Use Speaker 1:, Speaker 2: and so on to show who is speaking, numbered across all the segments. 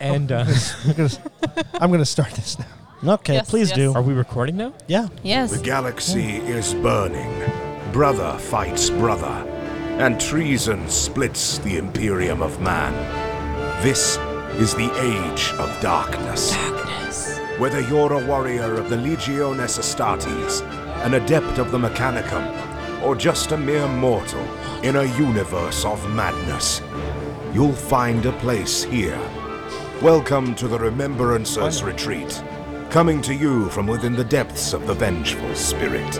Speaker 1: And uh,
Speaker 2: I'm gonna, I'm gonna start this now.
Speaker 3: Okay,
Speaker 4: Yes,
Speaker 3: please
Speaker 4: yes.
Speaker 3: do.
Speaker 1: are we recording now?
Speaker 3: Yeah.
Speaker 4: Yes.
Speaker 5: The galaxy is burning. Brother fights brother, and treason splits the Imperium of Man. This is the Age of Darkness.
Speaker 4: Darkness.
Speaker 5: Whether you're a warrior of the Legiones Astartes, an adept of the Mechanicum, or just a mere mortal in a universe of madness, you'll find a place here. Welcome to the Remembrancers Retreat, coming to you from within the depths of the Vengeful Spirit.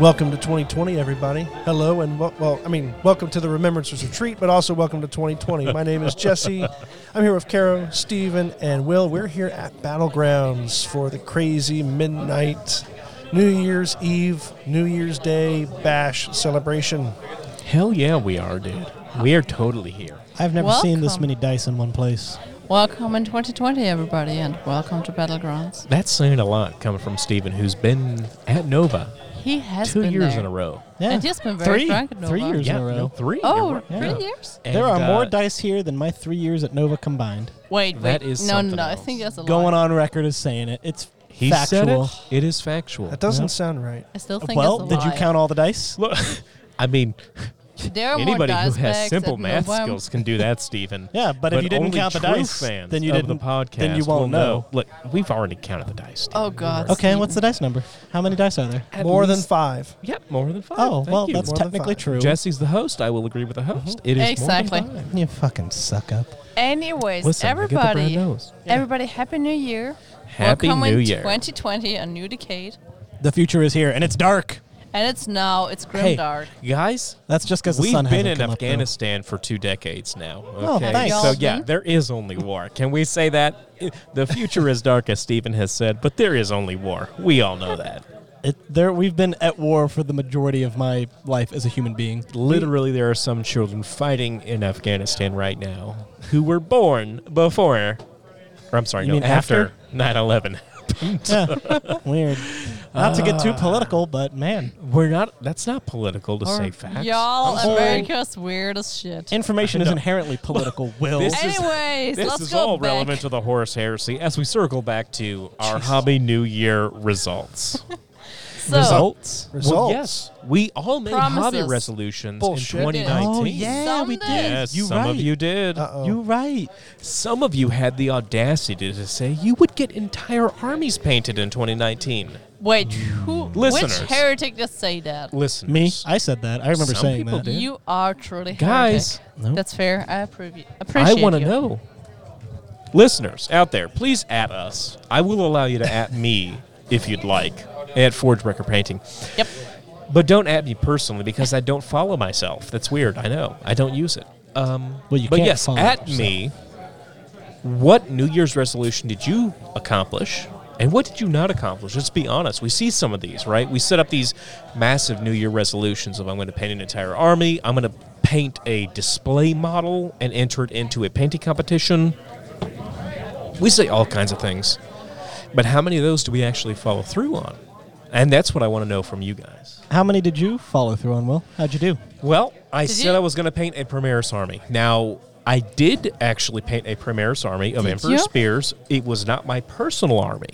Speaker 2: Welcome to 2020, everybody. Hello, and wel- well, I mean, welcome to the Remembrancers Retreat, but also welcome to 2020. My name is Jesse. I'm here with Caro, Steven, and Will. We're here at Battlegrounds for the crazy midnight New Year's Eve, New Year's Day bash celebration.
Speaker 1: Hell yeah, we are, dude. We are totally here.
Speaker 3: I've never seen this
Speaker 4: Welcome.
Speaker 3: many dice in one place.
Speaker 4: Welcome in 2020, everybody, and welcome to Battlegrounds.
Speaker 1: That's saying a lot coming from Steven, who's been at Nova
Speaker 4: He has
Speaker 1: two
Speaker 4: been
Speaker 1: years
Speaker 4: there.
Speaker 1: in a row.
Speaker 3: Yeah.
Speaker 4: And he's been very
Speaker 3: three,
Speaker 4: frank at
Speaker 3: three
Speaker 4: Nova.
Speaker 3: years
Speaker 1: Yeah,
Speaker 3: in a row.
Speaker 1: no, three.
Speaker 4: Oh,
Speaker 1: You're right.
Speaker 4: three
Speaker 1: Yeah.
Speaker 4: years?
Speaker 3: there are
Speaker 1: And,
Speaker 3: more
Speaker 1: uh,
Speaker 3: dice here than my three years at Nova combined.
Speaker 4: Wait, wait.
Speaker 1: That is
Speaker 4: no, no,
Speaker 1: something
Speaker 4: no. I
Speaker 1: else.
Speaker 4: think that's a
Speaker 3: Going
Speaker 4: lie.
Speaker 3: on record as saying it. It's
Speaker 1: He said
Speaker 3: factual.
Speaker 1: it. It is factual.
Speaker 2: That doesn't
Speaker 3: Yep.
Speaker 2: sound right.
Speaker 4: I still think
Speaker 3: Well,
Speaker 4: it's a
Speaker 3: did you
Speaker 4: lie.
Speaker 3: count all the dice?
Speaker 1: Look, I mean,
Speaker 4: There are more
Speaker 1: anybody who
Speaker 4: dice
Speaker 1: has
Speaker 4: bags
Speaker 1: simple
Speaker 4: at
Speaker 1: math
Speaker 4: Nova.
Speaker 1: skills can do that, Stephen.
Speaker 3: Yeah, but if you didn't
Speaker 1: only
Speaker 3: count the
Speaker 1: true
Speaker 3: dice,
Speaker 1: fans
Speaker 3: then you
Speaker 1: of
Speaker 3: didn't-
Speaker 1: the podcast
Speaker 3: then you won't
Speaker 1: will
Speaker 3: know.
Speaker 1: Look, we've already counted the dice. Stephen.
Speaker 4: Oh, God.
Speaker 3: Okay, and what's the dice number? How many dice are there?
Speaker 1: At
Speaker 2: More than
Speaker 1: least-
Speaker 2: five.
Speaker 1: Yep, more than five.
Speaker 3: Oh,
Speaker 1: Thank
Speaker 3: well,
Speaker 1: you.
Speaker 3: that's
Speaker 2: More than
Speaker 3: technically
Speaker 2: five.
Speaker 3: true. Mm-hmm.
Speaker 1: Jesse's the host. I will agree with the host. It is
Speaker 4: Exactly.
Speaker 1: More than five.
Speaker 3: you fucking suck up.
Speaker 4: Anyways,
Speaker 1: Listen, I get the brand
Speaker 4: everybody,
Speaker 1: nose.
Speaker 4: everybody, Happy New Year.
Speaker 1: Happy
Speaker 4: welcome
Speaker 1: New
Speaker 4: in
Speaker 1: Year.
Speaker 4: 2020, a new decade.
Speaker 3: The future is here, and it's dark.
Speaker 4: And it's now, it's grim
Speaker 1: Hey,
Speaker 4: dark.
Speaker 1: guys,
Speaker 3: That's just because the
Speaker 1: we've
Speaker 3: sun
Speaker 1: been
Speaker 3: hasn't
Speaker 1: in
Speaker 3: come up, though.
Speaker 1: Afghanistan for two decades now.
Speaker 3: Oh,
Speaker 1: Okay,
Speaker 3: thanks.
Speaker 1: so yeah,
Speaker 4: Mhm.
Speaker 1: there is only war. Can we say that I- the future is dark, as Stephen has said, but there is only war. We all know that.
Speaker 3: It, there, we've been at war for the majority of my life as a human being.
Speaker 1: Literally, there are some children fighting in Afghanistan right now who were born before, or I'm sorry, no,
Speaker 3: You mean after?
Speaker 1: 9/11.
Speaker 3: Yeah. Weird. Not to get
Speaker 1: Ah.
Speaker 3: too political, but man,
Speaker 1: We're not. That's not political to say
Speaker 4: Or
Speaker 1: facts.
Speaker 4: Y'all,
Speaker 3: I'm sorry.
Speaker 4: America's weird as shit.
Speaker 3: information is inherently political. Will
Speaker 1: This is-
Speaker 4: Anyways,
Speaker 1: this
Speaker 4: let's
Speaker 1: is
Speaker 4: go
Speaker 1: all
Speaker 4: back.
Speaker 1: relevant to the horse heresy as we circle back to our hobby New Year
Speaker 4: Oh.
Speaker 1: results.
Speaker 4: So,
Speaker 3: results?
Speaker 1: Well,
Speaker 2: Results.
Speaker 1: yes, we all made hobby
Speaker 4: Promises.
Speaker 1: resolutions
Speaker 2: Bullshit.
Speaker 1: in 2019.
Speaker 3: Oh yeah,
Speaker 4: Some
Speaker 3: we did.
Speaker 4: did.
Speaker 1: Yes,
Speaker 3: you
Speaker 1: some
Speaker 3: right.
Speaker 1: of you did.
Speaker 2: Uh-oh.
Speaker 3: You right.
Speaker 1: Some of you had the audacity to say you would get entire armies painted in 2019.
Speaker 4: wait, who?
Speaker 1: Listeners.
Speaker 4: Which heretic just say that?
Speaker 1: Listen,
Speaker 3: Me, I said that. I remember
Speaker 1: Some
Speaker 3: saying
Speaker 1: people
Speaker 3: that.
Speaker 1: do.
Speaker 4: You are truly
Speaker 1: Guys,
Speaker 4: heretic.
Speaker 3: no.
Speaker 4: That's fair. I approve.
Speaker 1: I
Speaker 4: Appreciate.
Speaker 1: want to
Speaker 4: you.
Speaker 1: know. Listeners out there, please at us. I will allow you to at me if you'd like at Forgebreaker Painting.
Speaker 4: Yep.
Speaker 1: But don't at me personally because I don't follow myself. That's weird. I know. I don't use it. Um,
Speaker 3: Well, you
Speaker 1: but
Speaker 3: can't
Speaker 1: yes,
Speaker 3: follow
Speaker 1: at
Speaker 3: yourself.
Speaker 1: me. What New Year's resolution did you accomplish, and what did you not accomplish? Let's be honest. We see some of these, right? We set up these massive New Year resolutions of I'm going to paint an entire army. I'm going to paint a display model and enter it into a painting competition. We say all kinds of things, but how many of those do we actually follow through on? And that's what I want to know from you guys.
Speaker 3: How many did you follow through on? Will, how'd you do?
Speaker 1: Well, I
Speaker 4: Did
Speaker 1: said
Speaker 4: you-
Speaker 1: I was going to paint a Primaris army. Now, I did actually paint a Primaris army of
Speaker 4: Did
Speaker 1: Emperor
Speaker 4: you?
Speaker 1: Spears. It was not my personal army,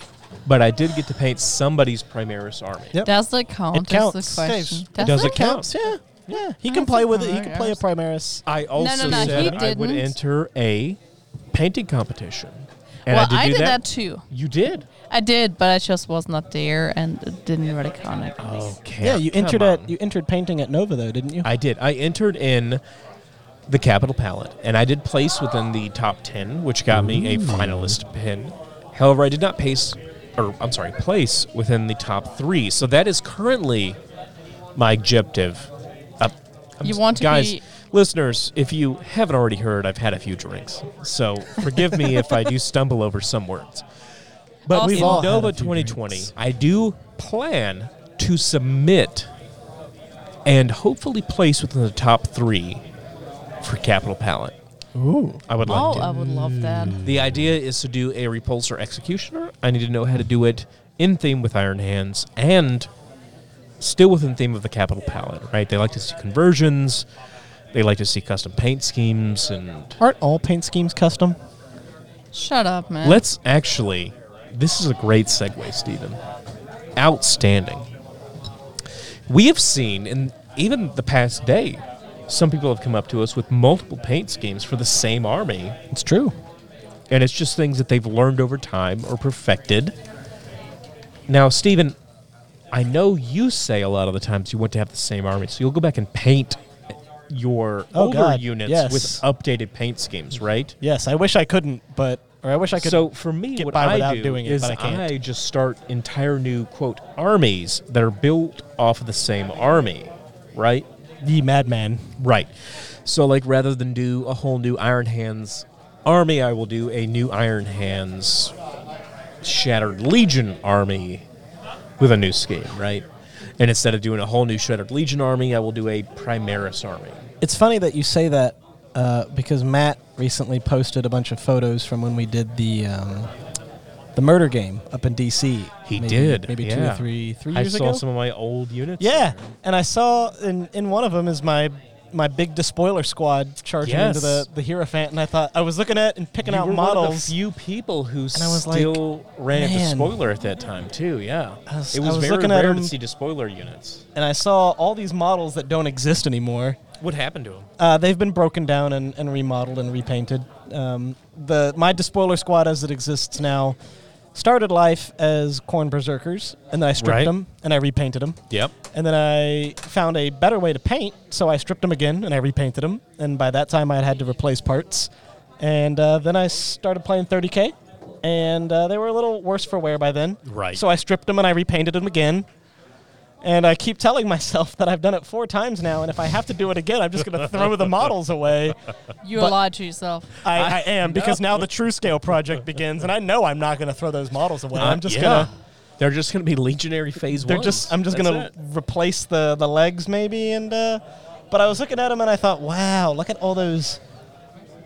Speaker 1: but I did get to paint somebody's Primaris army.
Speaker 2: Yep.
Speaker 4: Does it count?
Speaker 3: It
Speaker 4: is
Speaker 3: counts.
Speaker 4: The question.
Speaker 2: Staves.
Speaker 4: Does
Speaker 1: Does
Speaker 4: it?
Speaker 1: it Counts.
Speaker 3: Yeah, yeah. He
Speaker 4: I
Speaker 3: can play
Speaker 4: think
Speaker 3: with
Speaker 4: I
Speaker 3: it. He can play a
Speaker 4: remember.
Speaker 3: Primaris.
Speaker 1: I also
Speaker 4: no, he
Speaker 1: said I would
Speaker 4: didn't.
Speaker 1: enter a painting competition. And
Speaker 4: well,
Speaker 1: I did, do
Speaker 4: that.
Speaker 1: that.
Speaker 4: too.
Speaker 1: You did?
Speaker 4: I did, but I just was not there and it didn't really count. I guess.
Speaker 3: Oh,
Speaker 1: Okay.
Speaker 3: Yeah, you
Speaker 1: Oh, come
Speaker 3: entered
Speaker 1: on.
Speaker 3: at you entered painting at Nova though, didn't you?
Speaker 1: I did. I entered in the Capital Palette, and I did place within the top 10, which got me a finalist pin. However, I did not pace, or I'm sorry, place within the top three. So that is currently my objective. Uh, I'm
Speaker 4: You
Speaker 1: s-
Speaker 4: want to
Speaker 1: guys,
Speaker 4: be-
Speaker 1: listeners? If you haven't already heard, I've had a few drinks, so forgive me if I do stumble over some words. But
Speaker 4: Awesome.
Speaker 1: we've
Speaker 4: We've all
Speaker 1: all
Speaker 4: had a
Speaker 1: Nova
Speaker 3: few
Speaker 1: 2020.
Speaker 3: drinks.
Speaker 1: I do plan to submit and hopefully place within the top three for Capital Palette.
Speaker 3: Ooh.
Speaker 1: I would like
Speaker 4: Oh,
Speaker 1: to.
Speaker 4: I would love that.
Speaker 3: Mm.
Speaker 1: the idea is to do a repulsor executioner. I need to know how to do it in theme with Iron Hands and still within the theme of the capital palette, right? They like to see conversions. They like to see custom paint schemes and
Speaker 3: Aren't all paint schemes custom?
Speaker 4: Shut up, man.
Speaker 1: Let's actually, this is a great segue, Stephen. Outstanding. We have seen, in even the past day, some people have come up to us with multiple paint schemes for the same army,
Speaker 3: It's true.
Speaker 1: and it's just things that they've learned over time or perfected. Now, Stephen, I know you say a lot of the times you want to have the same army, so you'll go back and paint your
Speaker 3: Oh,
Speaker 1: older
Speaker 3: God,
Speaker 1: units
Speaker 3: yes.
Speaker 1: with updated paint schemes, right?
Speaker 3: Yes, I wish I couldn't, but or I wish I could.
Speaker 1: so for me,
Speaker 3: get
Speaker 1: what
Speaker 3: by
Speaker 1: I
Speaker 3: without
Speaker 1: do
Speaker 3: doing it,
Speaker 1: is
Speaker 3: but I can't.
Speaker 1: just start entire new quote armies that are built off of the same army, right?
Speaker 3: ye madman.
Speaker 1: Right. So like rather than do a whole new Iron Hands army, I will do a new Iron Hands Shattered Legion army with a new scheme, right? And instead of doing a whole new Shattered Legion army, I will do a Primaris army.
Speaker 3: It's funny that you say that uh, because Matt recently posted a bunch of photos from when we did the um, the murder game up in DC.
Speaker 1: He
Speaker 3: Maybe-
Speaker 1: did.
Speaker 3: maybe two
Speaker 1: yeah.
Speaker 3: or three three
Speaker 1: I
Speaker 3: years
Speaker 1: saw
Speaker 3: ago.
Speaker 1: some of my old units.
Speaker 3: yeah,
Speaker 1: there.
Speaker 3: and I saw in in one of them is my my big despoiler squad charging
Speaker 1: Yes.
Speaker 3: into the the hierophant, and I thought I was looking at and picking
Speaker 1: You
Speaker 3: out
Speaker 1: were one of the
Speaker 3: models.
Speaker 1: few people who
Speaker 3: I was like,
Speaker 1: still ran into
Speaker 3: "Man."
Speaker 1: spoiler at that time too. Yeah,
Speaker 3: I was-
Speaker 1: it
Speaker 3: I
Speaker 1: was,
Speaker 3: was
Speaker 1: very
Speaker 3: looking at
Speaker 1: rare to
Speaker 3: them-
Speaker 1: see the spoiler units.
Speaker 3: and I saw all these models that don't exist anymore.
Speaker 1: What happened to them?
Speaker 3: Uh, they've been broken down and, and remodeled and repainted. Um, the my despoiler squad as it exists now started life as corn berserkers, and then I stripped
Speaker 1: Right.
Speaker 3: them and I repainted them,
Speaker 1: Yep.
Speaker 3: and then I found a better way to paint, so I stripped them again and I repainted them, and by that time I had had to replace parts, and uh, then I started playing 30k, and uh, they were a little worse for wear by then.
Speaker 1: Right.
Speaker 3: So I stripped them and I repainted them again, and I keep telling myself that I've done it four times now, and if I have to do it again, I'm just going to throw the models away.
Speaker 4: you
Speaker 3: but-
Speaker 4: lied to yourself.
Speaker 3: I, I am, because now the True Scale project begins, and I know I'm not going to throw those models
Speaker 1: Uh,
Speaker 3: away. I'm just going to.
Speaker 1: They're just gonna be legionary phase
Speaker 3: They're
Speaker 1: ones.
Speaker 3: just. I'm just
Speaker 1: That's
Speaker 3: gonna
Speaker 1: it.
Speaker 3: replace the the legs maybe, and uh, but I was looking at them and I thought, wow, look at all those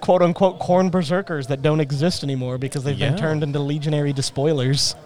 Speaker 3: quote unquote corn berserkers that don't exist anymore because they've
Speaker 1: Yeah.
Speaker 3: been turned into legionary despoilers.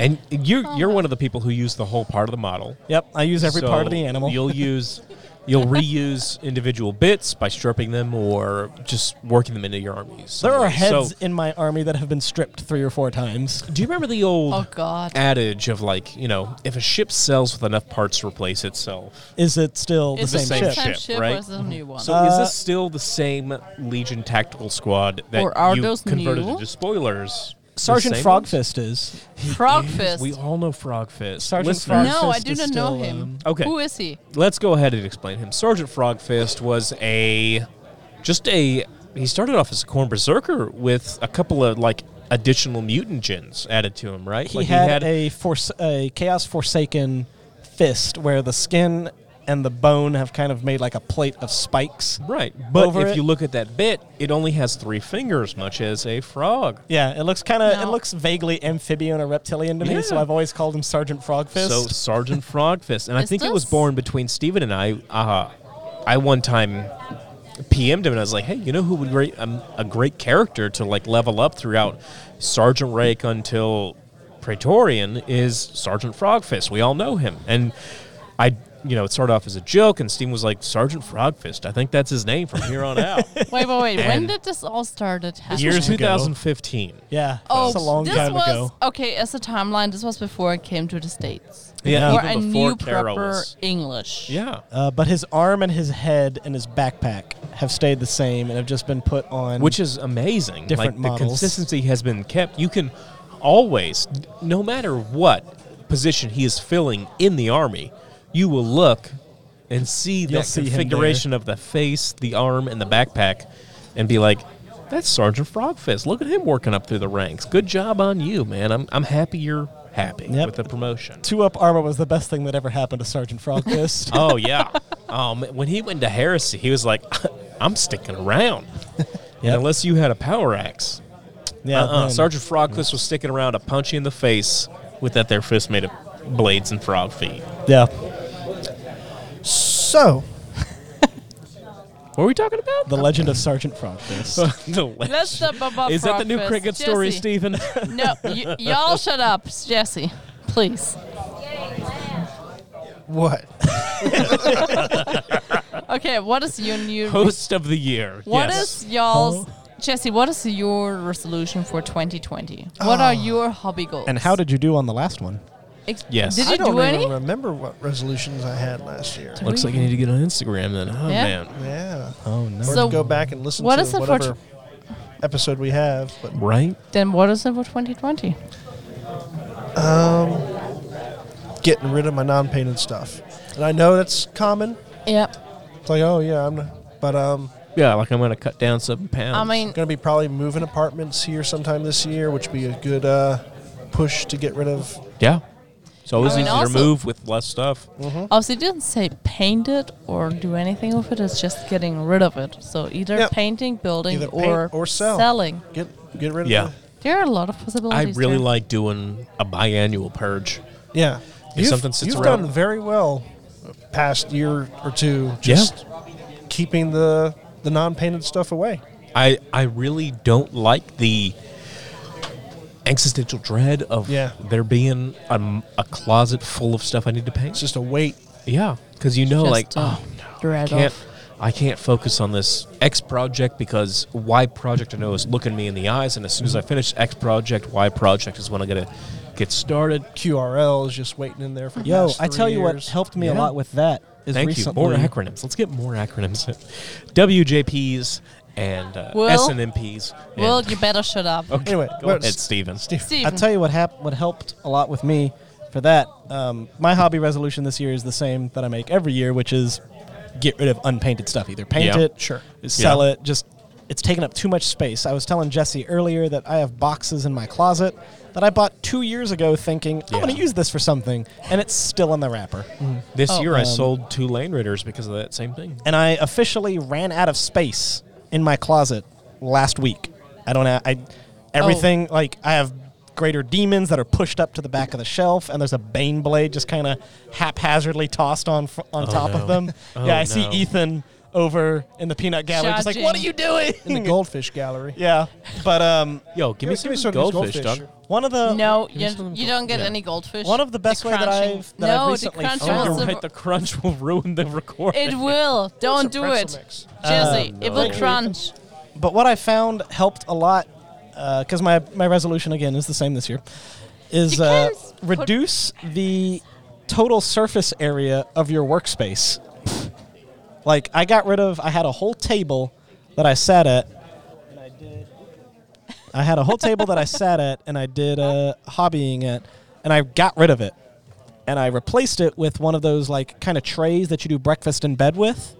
Speaker 1: And you're you're one of the people who use the whole part of the model.
Speaker 3: Yep, I use every
Speaker 1: So
Speaker 3: part of the animal.
Speaker 1: You'll use, you'll reuse individual bits by stripping them or just working them into your armies.
Speaker 3: There are
Speaker 1: So-
Speaker 3: heads in my army that have been stripped three or four times.
Speaker 1: Do you remember the old
Speaker 4: Oh, God.
Speaker 1: adage of like, you know, if a ship sells with enough parts to replace itself?
Speaker 3: Is it still
Speaker 4: It's
Speaker 3: the
Speaker 1: the
Speaker 3: same,
Speaker 1: same
Speaker 3: ship?
Speaker 1: ship, right?
Speaker 4: or is it a new
Speaker 3: Mm-hmm.
Speaker 4: one?
Speaker 1: So is
Speaker 3: Uh,
Speaker 1: this still the same Legion tactical squad that
Speaker 4: Or are
Speaker 1: you
Speaker 4: those
Speaker 1: converted
Speaker 4: new?
Speaker 1: into spoilers? The
Speaker 3: Sergeant
Speaker 1: same ones?
Speaker 3: Frogfist is.
Speaker 4: Frogfist.
Speaker 1: We all know Frogfist.
Speaker 3: Sergeant
Speaker 1: Listeners,
Speaker 3: Frog-
Speaker 4: no, I
Speaker 3: Frogfist
Speaker 4: do
Speaker 3: is
Speaker 4: not know
Speaker 3: still,
Speaker 4: him.
Speaker 3: um,
Speaker 1: okay.
Speaker 4: Who is he?
Speaker 1: let's go ahead and explain him. Sergeant Frogfist was a just a he started off as a corn berserker with a couple of like additional mutant gens added to him, right?
Speaker 3: he,
Speaker 1: like
Speaker 3: had a, force, a chaos forsaken fist where the skin and the bone have kind of made like a plate of spikes.
Speaker 1: Right, but
Speaker 3: over
Speaker 1: if
Speaker 3: it.
Speaker 1: you look at that bit, it only has three fingers, much as a frog.
Speaker 3: Yeah, it looks kind of it
Speaker 4: No.
Speaker 3: looks vaguely amphibian or reptilian to me, so
Speaker 1: Yeah.
Speaker 3: I've always called him Sergeant Frogfist.
Speaker 1: So Sergeant Frogfist, and I
Speaker 4: Is
Speaker 1: think it was
Speaker 4: this-
Speaker 1: born between Steven and I. Uh, I one time PM'd him, and I was like, "Hey, you know who would great um, a great character to like level up throughout Sergeant Rake until Praetorian is Sergeant Frogfist. We all know him." And I, you know, it started off as a joke, and Steven was like, "Sergeant Frogfist. I think that's his name from here on out."
Speaker 4: Wait, wait, wait. when
Speaker 1: And-
Speaker 4: did this all start? It happened.
Speaker 1: Years
Speaker 3: ago.
Speaker 1: 2015.
Speaker 3: yeah,
Speaker 4: Oh,
Speaker 3: it's a long
Speaker 4: this
Speaker 3: time
Speaker 4: was
Speaker 3: ago.
Speaker 4: okay. As a timeline, this was before I came to the states.
Speaker 1: Yeah,
Speaker 4: where
Speaker 1: even
Speaker 4: I
Speaker 1: before
Speaker 4: knew
Speaker 1: Kara
Speaker 4: proper
Speaker 1: was-
Speaker 4: English.
Speaker 1: Yeah.
Speaker 3: Uh, but his arm and his head and his backpack have stayed the same and have just been put on.
Speaker 1: which is amazing.
Speaker 3: Different
Speaker 1: like the
Speaker 3: models.
Speaker 1: consistency has been kept. You can always, no matter what position he is filling in the army, you will look and see the
Speaker 3: You'll see him
Speaker 1: configuration of the face, the arm, and the backpack, and be like. That's Sergeant Frogfist. Look at him working up through the ranks. Good job on you, man. I'm, I'm happy you're happy
Speaker 3: Yep.
Speaker 1: with the promotion.
Speaker 3: two up armor was the best thing that ever happened to Sergeant Frogfist.
Speaker 1: oh, yeah. Um, when he went to Heresy, he was like, I'm sticking around.
Speaker 3: Yep.
Speaker 1: Unless you had a power axe.
Speaker 3: yeah,
Speaker 1: Uh-uh.
Speaker 3: man.
Speaker 1: Sergeant Frogfist was sticking around to punch you in the face with that there fist made of blades and frog feet.
Speaker 3: Yeah,
Speaker 2: So,
Speaker 1: What were we talking about?
Speaker 3: the legend of Sergeant Frogfist.
Speaker 1: The legend.
Speaker 4: Let's talk about
Speaker 1: Is that the new
Speaker 4: Frogfist.
Speaker 1: cricket story,
Speaker 4: Jesse.
Speaker 1: Stephen?
Speaker 4: No, y- y'all shut up, Jesse. Please.
Speaker 2: What?
Speaker 4: Okay, what is your new?
Speaker 1: Host of the year.
Speaker 4: What
Speaker 1: yes.
Speaker 4: is y'all's Jesse? What is your resolution for 2020? What are your hobby goals?
Speaker 3: And how did you do on the last one?
Speaker 4: Ex-
Speaker 1: Yes.
Speaker 4: Did
Speaker 2: I
Speaker 4: you
Speaker 2: don't
Speaker 4: do
Speaker 2: even
Speaker 4: any?
Speaker 2: remember what resolutions I had last year.
Speaker 1: Looks like you need to get on Instagram then. Oh
Speaker 4: Yeah.
Speaker 1: man.
Speaker 2: Yeah.
Speaker 3: Oh no.
Speaker 2: Or
Speaker 4: So
Speaker 2: to go back and listen
Speaker 4: what
Speaker 2: to
Speaker 4: is it for
Speaker 2: whatever episode we have. But
Speaker 1: Right?
Speaker 4: Then what is it for 2020?
Speaker 2: getting rid of my non-painted stuff, and I know that's common.
Speaker 4: Yeah.
Speaker 2: It's like, oh yeah, I'm. Not, but um,
Speaker 1: Yeah, like I'm gonna cut down seven pounds.
Speaker 4: I mean,
Speaker 2: going to be probably moving apartments here sometime this year, which would be a good uh, push to get rid of.
Speaker 1: Yeah. It's always
Speaker 4: I mean,
Speaker 1: easier to
Speaker 4: also-
Speaker 1: move with less stuff.
Speaker 4: obviously, it didn't say paint it or do anything with it. It's just getting rid of it. So either
Speaker 2: Yep.
Speaker 4: painting, building,
Speaker 2: Either paint
Speaker 4: or,
Speaker 2: or sell.
Speaker 4: selling.
Speaker 2: Get get rid of.
Speaker 1: Yeah.
Speaker 4: There are a lot of
Speaker 1: I
Speaker 4: possibilities.
Speaker 1: really
Speaker 4: there.
Speaker 1: like doing a biannual purge.
Speaker 2: The, yeah. You've,
Speaker 1: something sits
Speaker 2: you've
Speaker 1: around-
Speaker 2: done very well past year or two, just keeping the the non-painted stuff away.
Speaker 1: I I really don't like the existential dread of
Speaker 2: Yeah.
Speaker 1: there being a, m- a closet full of stuff I need to paint.
Speaker 2: It's just a weight.
Speaker 1: yeah, because you know,
Speaker 4: Just
Speaker 1: like,
Speaker 4: a
Speaker 1: oh no, I
Speaker 4: dread
Speaker 1: can't.
Speaker 4: of-
Speaker 1: I can't focus on this X project because Y project I know is looking me in the eyes, and as soon as I finish X project, Y project is when I'm gonna get started.
Speaker 2: QRL is just waiting in there for. the
Speaker 3: Yo,
Speaker 2: past
Speaker 3: I tell
Speaker 2: three
Speaker 3: you what
Speaker 2: years.
Speaker 3: helped me a
Speaker 1: Yeah.
Speaker 3: lot with that is
Speaker 1: Thank
Speaker 3: recently.
Speaker 1: you. More acronyms. Let's get more acronyms. WJPs and uh,
Speaker 4: Will?
Speaker 1: SNMPs. and-
Speaker 4: Well, you better shut up.
Speaker 1: Okay,
Speaker 2: Anyway,
Speaker 1: go
Speaker 2: what-
Speaker 1: ahead, Steven.
Speaker 4: Steven.
Speaker 3: I'll tell you what hap- what helped a lot with me for that. Um, my hobby resolution this year is the same that I make every year, which is get rid of unpainted stuff. Either paint
Speaker 1: Yeah.
Speaker 3: it,
Speaker 2: Sure.
Speaker 3: sell
Speaker 1: Yeah.
Speaker 3: it. Just it's taking up too much space. I was telling Jesse earlier that I have boxes in my closet that I bought two years ago, thinking I'm
Speaker 1: Yeah.
Speaker 3: going to use this for something, and it's still in the wrapper.
Speaker 1: This
Speaker 4: Oh.
Speaker 1: year
Speaker 3: um,
Speaker 1: I sold two Lane Raiders because of that same thing.
Speaker 3: And I officially ran out of space in my closet last week. I don't. ha- I everything like I have greater demons that are pushed up to the back of the shelf, and there's a bane blade just kind of haphazardly tossed on fr- on top
Speaker 1: no.
Speaker 3: of them.
Speaker 1: Oh,
Speaker 3: yeah, I see
Speaker 1: no.
Speaker 3: Ethan over in the peanut gallery, just like, "What are you doing?"
Speaker 2: in the goldfish gallery.
Speaker 3: yeah, but um,
Speaker 1: Yo, give me
Speaker 2: Give
Speaker 1: some,
Speaker 2: me some of these
Speaker 1: goldfish,
Speaker 2: goldfish.
Speaker 1: Doug.
Speaker 3: one of the
Speaker 4: no,
Speaker 1: me
Speaker 4: you,
Speaker 1: some
Speaker 4: you
Speaker 1: gold-
Speaker 4: don't get
Speaker 1: yeah.
Speaker 4: any goldfish.
Speaker 3: Uh, One of the best way that
Speaker 4: crunching.
Speaker 3: I've- that I've
Speaker 4: no,
Speaker 3: recently
Speaker 4: the crunch
Speaker 3: found-
Speaker 1: Oh,
Speaker 4: was
Speaker 1: you're
Speaker 4: the-
Speaker 1: right. The crunch will ruin the recording.
Speaker 4: It will. Don't do
Speaker 2: pretzel
Speaker 4: it,
Speaker 2: mix.
Speaker 4: Jesse.
Speaker 3: Um,
Speaker 1: Uh,
Speaker 4: It
Speaker 1: no.
Speaker 4: will crunch.
Speaker 3: But what I found helped a lot, because my, my resolution again is the same this year, is
Speaker 4: You
Speaker 3: uh,
Speaker 4: can s- put-
Speaker 3: reduce the total surface area of your workspace. like I got rid of, I had a whole table that I sat at. and I did- I had a whole table that I sat at and I did uh, hobbying at, and I got rid of it. And I replaced it with one of those like kind of trays that you do breakfast in bed with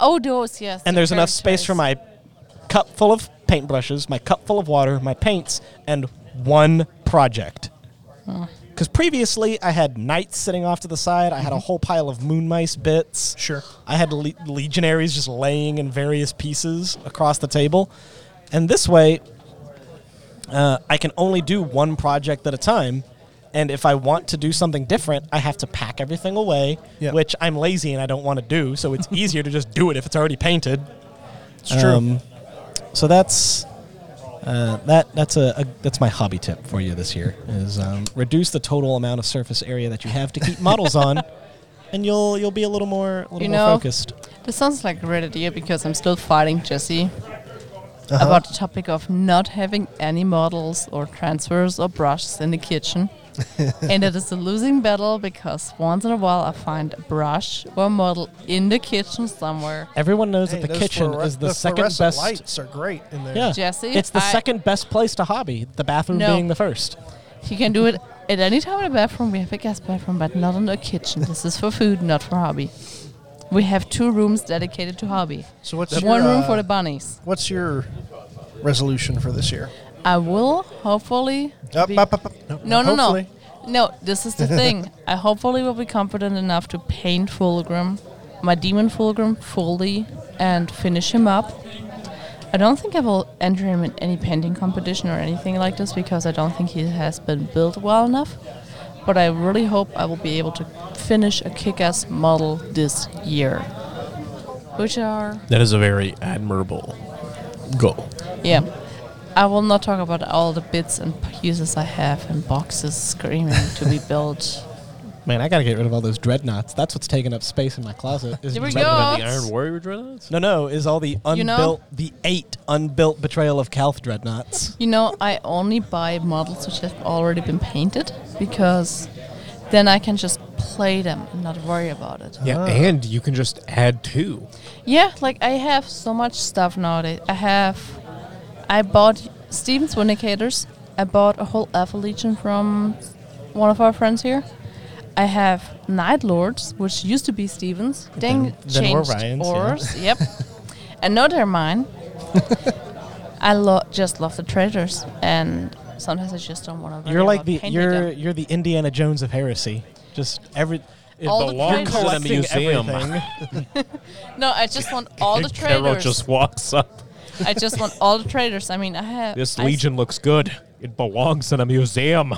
Speaker 4: Oh, those yes.
Speaker 3: and
Speaker 4: the
Speaker 3: there's enough
Speaker 4: crunch
Speaker 3: space for
Speaker 4: toys.
Speaker 3: my cup full of paintbrushes, my cup full of water, my paints, and one project. Because previously I had knights sitting off to the side. I had a whole pile of moon mice bits.
Speaker 2: Mm-hmm. Sure.
Speaker 3: I had le- legionaries just laying in various pieces across the table. And this way, uh, I can only do one project at a time. And if I want to do something different, I have to pack everything away,
Speaker 2: Yeah.
Speaker 3: which I'm lazy and I don't want to do. So it's easier to just do it if it's already painted.
Speaker 2: It's true.
Speaker 3: Um, so that's uh, that. That's a, a that's my hobby tip for you this year is um, reduce the total amount of surface area that you have to keep models on, and you'll you'll be a little more a little
Speaker 4: You
Speaker 3: more
Speaker 4: know-
Speaker 3: focused.
Speaker 4: This sounds like a great idea because I'm still fighting Jesse
Speaker 3: Uh-huh.
Speaker 4: about the topic of not having any models or transfers or brushes in the kitchen. and it is a losing battle because once in a while I find a brush or model in the kitchen somewhere.
Speaker 3: Everyone knows
Speaker 2: Hey,
Speaker 3: that the
Speaker 2: those
Speaker 3: kitchen
Speaker 2: fluores-
Speaker 3: is the,
Speaker 2: the
Speaker 3: second
Speaker 2: fluorescent
Speaker 3: best.
Speaker 2: Lights are great in there.
Speaker 3: Yeah,
Speaker 4: Jesse,
Speaker 3: it's the
Speaker 4: I-
Speaker 3: second best place to hobby. The bathroom
Speaker 4: No.
Speaker 3: being the first.
Speaker 4: You can do it at any time in the bathroom. We have a guest bathroom, but not in the kitchen. This is for food, not for hobby. We have two rooms dedicated to hobby.
Speaker 2: So what's your,
Speaker 4: One room
Speaker 2: uh,
Speaker 4: for the bunnies.
Speaker 2: What's your resolution for this year?
Speaker 4: I will hopefully.
Speaker 2: Up,
Speaker 4: be-
Speaker 2: up, up, up.
Speaker 4: No, no,
Speaker 2: hopefully.
Speaker 4: no. No, this is the thing. I hopefully will be confident enough to paint Fulgrim, my demon Fulgrim, fully and finish him up. I don't think I will enter him in any painting competition or anything like this because I don't think he has been built well enough. But I really hope I will be able to finish a kick ass model this year. Which are.
Speaker 1: That is a very admirable goal.
Speaker 4: Yeah. I will not talk about all the bits and pieces I have and boxes screaming to be built.
Speaker 3: Man, I gotta get rid of all those dreadnoughts. That's what's taking up space in my closet. is
Speaker 4: There we
Speaker 3: dreadnoughts.
Speaker 4: go.
Speaker 1: The Iron Warrior dreadnoughts?
Speaker 3: No, no, is all the unbuilt,
Speaker 4: You know-
Speaker 3: the eight unbuilt betrayal of Calth dreadnoughts.
Speaker 4: You know, I only buy models which have already been painted because then I can just play them and not worry about it.
Speaker 1: Yeah,
Speaker 3: Ah.
Speaker 1: and you can just add two.
Speaker 4: Yeah, like I have so much stuff nowadays. I have, I bought Stevens Vindicators. I bought a whole Alpha Legion from one of our friends here. I have Night Lords, which used to be Stevens. Then,
Speaker 3: then were
Speaker 4: changed
Speaker 3: Ryan's, yeah.
Speaker 4: ours. Yep. and now they're mine. I lo- just love the traders, and sometimes I just don't want to.
Speaker 3: You're like the you're you're the Indiana Jones of heresy. Just every it
Speaker 4: All the
Speaker 1: belongs to the
Speaker 4: traders.
Speaker 3: collecting
Speaker 1: museum.
Speaker 3: everything.
Speaker 4: No, I just want all the
Speaker 1: Carol
Speaker 4: traders.
Speaker 1: just walks up.
Speaker 4: I just want all the traders. I mean, I have
Speaker 1: This
Speaker 4: I s-
Speaker 1: legion looks good. It belongs in a museum.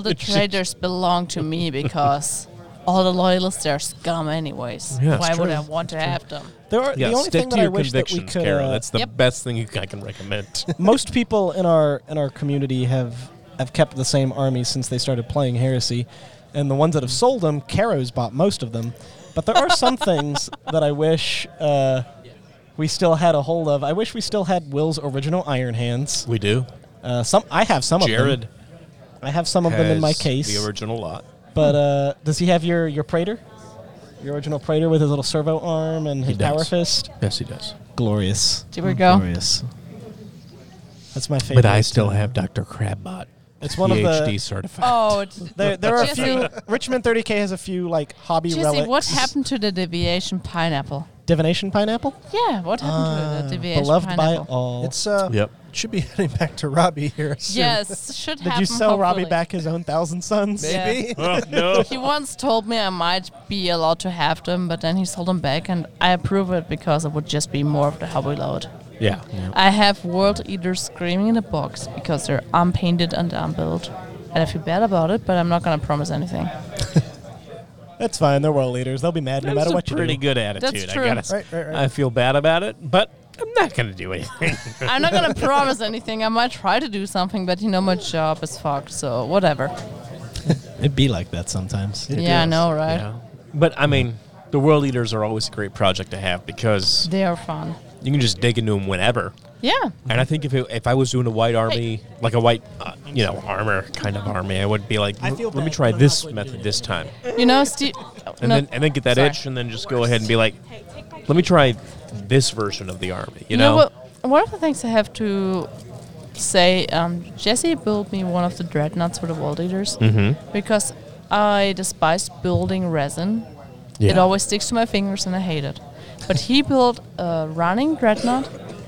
Speaker 4: the traders belong to me because all the loyalists are scum anyways.
Speaker 1: Yeah, it's
Speaker 4: Why would
Speaker 1: true.
Speaker 4: I want to have them?
Speaker 3: There are
Speaker 1: Yeah,
Speaker 3: the only
Speaker 1: stick
Speaker 3: thing
Speaker 1: to
Speaker 3: that I
Speaker 1: your
Speaker 3: wish that we
Speaker 1: convictions,
Speaker 3: could.
Speaker 1: Carol.
Speaker 3: uh,
Speaker 1: That's the
Speaker 4: Yep.
Speaker 1: best thing you, I can recommend.
Speaker 3: most people in our in our community have have kept the same army since they started playing Heresy, and the ones that have sold them, Caro's bought most of them. But there are some things that I wish uh, we still had a hold of. I wish we still had Will's original Iron Hands.
Speaker 1: we do.
Speaker 3: Uh, some I have some of
Speaker 1: Jared
Speaker 3: them. I have some of them in my
Speaker 1: has
Speaker 3: case.
Speaker 1: the original lot.
Speaker 3: but uh, does he have your your Praetor? Your original Praetor with his little servo arm and his
Speaker 1: does.
Speaker 3: power fist.
Speaker 1: Yes, he does.
Speaker 3: Glorious.
Speaker 4: There we go.
Speaker 3: Glorious. That's my favorite.
Speaker 1: But I still
Speaker 3: too.
Speaker 1: have Dr. Crabbot.
Speaker 3: It's one of the-
Speaker 1: PhD certified.
Speaker 4: Oh, d-
Speaker 3: There, there are a
Speaker 4: Jesse.
Speaker 3: few. Richmond 30K has a few like hobby
Speaker 4: Jesse,
Speaker 3: relics.
Speaker 4: what happened to the deviation pineapple?
Speaker 3: Divination pineapple,
Speaker 4: Yeah, what happened to the deviation
Speaker 3: Uh, beloved
Speaker 4: pineapple?
Speaker 3: by all.
Speaker 2: It's uh,
Speaker 1: Yep.
Speaker 2: should be heading back to Robbie here. soon.
Speaker 4: Yes, should
Speaker 3: Did
Speaker 4: happen.
Speaker 3: you sell Robbie
Speaker 4: hopefully.
Speaker 3: back his own thousand sons?
Speaker 4: Yeah.
Speaker 2: maybe.
Speaker 1: Oh, no.
Speaker 4: He once told me I might be allowed to have them, but then he sold them back, and I approve it because it would just be more of the hobby load.
Speaker 1: Yeah.
Speaker 4: I have World Eaters screaming in the box because they're unpainted and unbuilt. And I feel bad about it, but I'm not going to promise anything.
Speaker 3: That's fine. They're world leaders. They'll be mad no
Speaker 1: That's
Speaker 3: matter
Speaker 1: a
Speaker 3: what you
Speaker 1: pretty
Speaker 3: do.
Speaker 1: good attitude.
Speaker 4: That's
Speaker 1: I
Speaker 4: true.
Speaker 1: gotta s-
Speaker 2: Right, right, right.
Speaker 1: I feel bad about it, but I'm not going to do anything.
Speaker 4: I'm not going to promise anything. I might try to do something, but you know, my job is fucked, so whatever.
Speaker 3: It'd be like that sometimes.
Speaker 4: yeah, I know, right?
Speaker 1: Yeah. But I mean, the world leaders are always a great project to have because
Speaker 4: They are fun.
Speaker 1: you can just dig into them whenever.
Speaker 4: Yeah.
Speaker 1: And I think if it, if I was doing a white army, like a white, uh, you know, armor kind of army, I would be like,
Speaker 3: I feel
Speaker 1: let me
Speaker 3: bad.
Speaker 1: try
Speaker 3: No,
Speaker 1: this
Speaker 3: not what
Speaker 1: method this time,
Speaker 4: You know, Steve.
Speaker 1: and then and then get that itch, and then just go ahead and be like, let me try this version of the army. You,
Speaker 4: You know what? One of the things I have to say, um, Jesse built me one of the dreadnoughts for the world eaters
Speaker 1: Mm-hmm.
Speaker 4: because I despise building resin. It
Speaker 1: Yeah.
Speaker 4: always sticks to my fingers and I hate it. But he built a running dreadnought,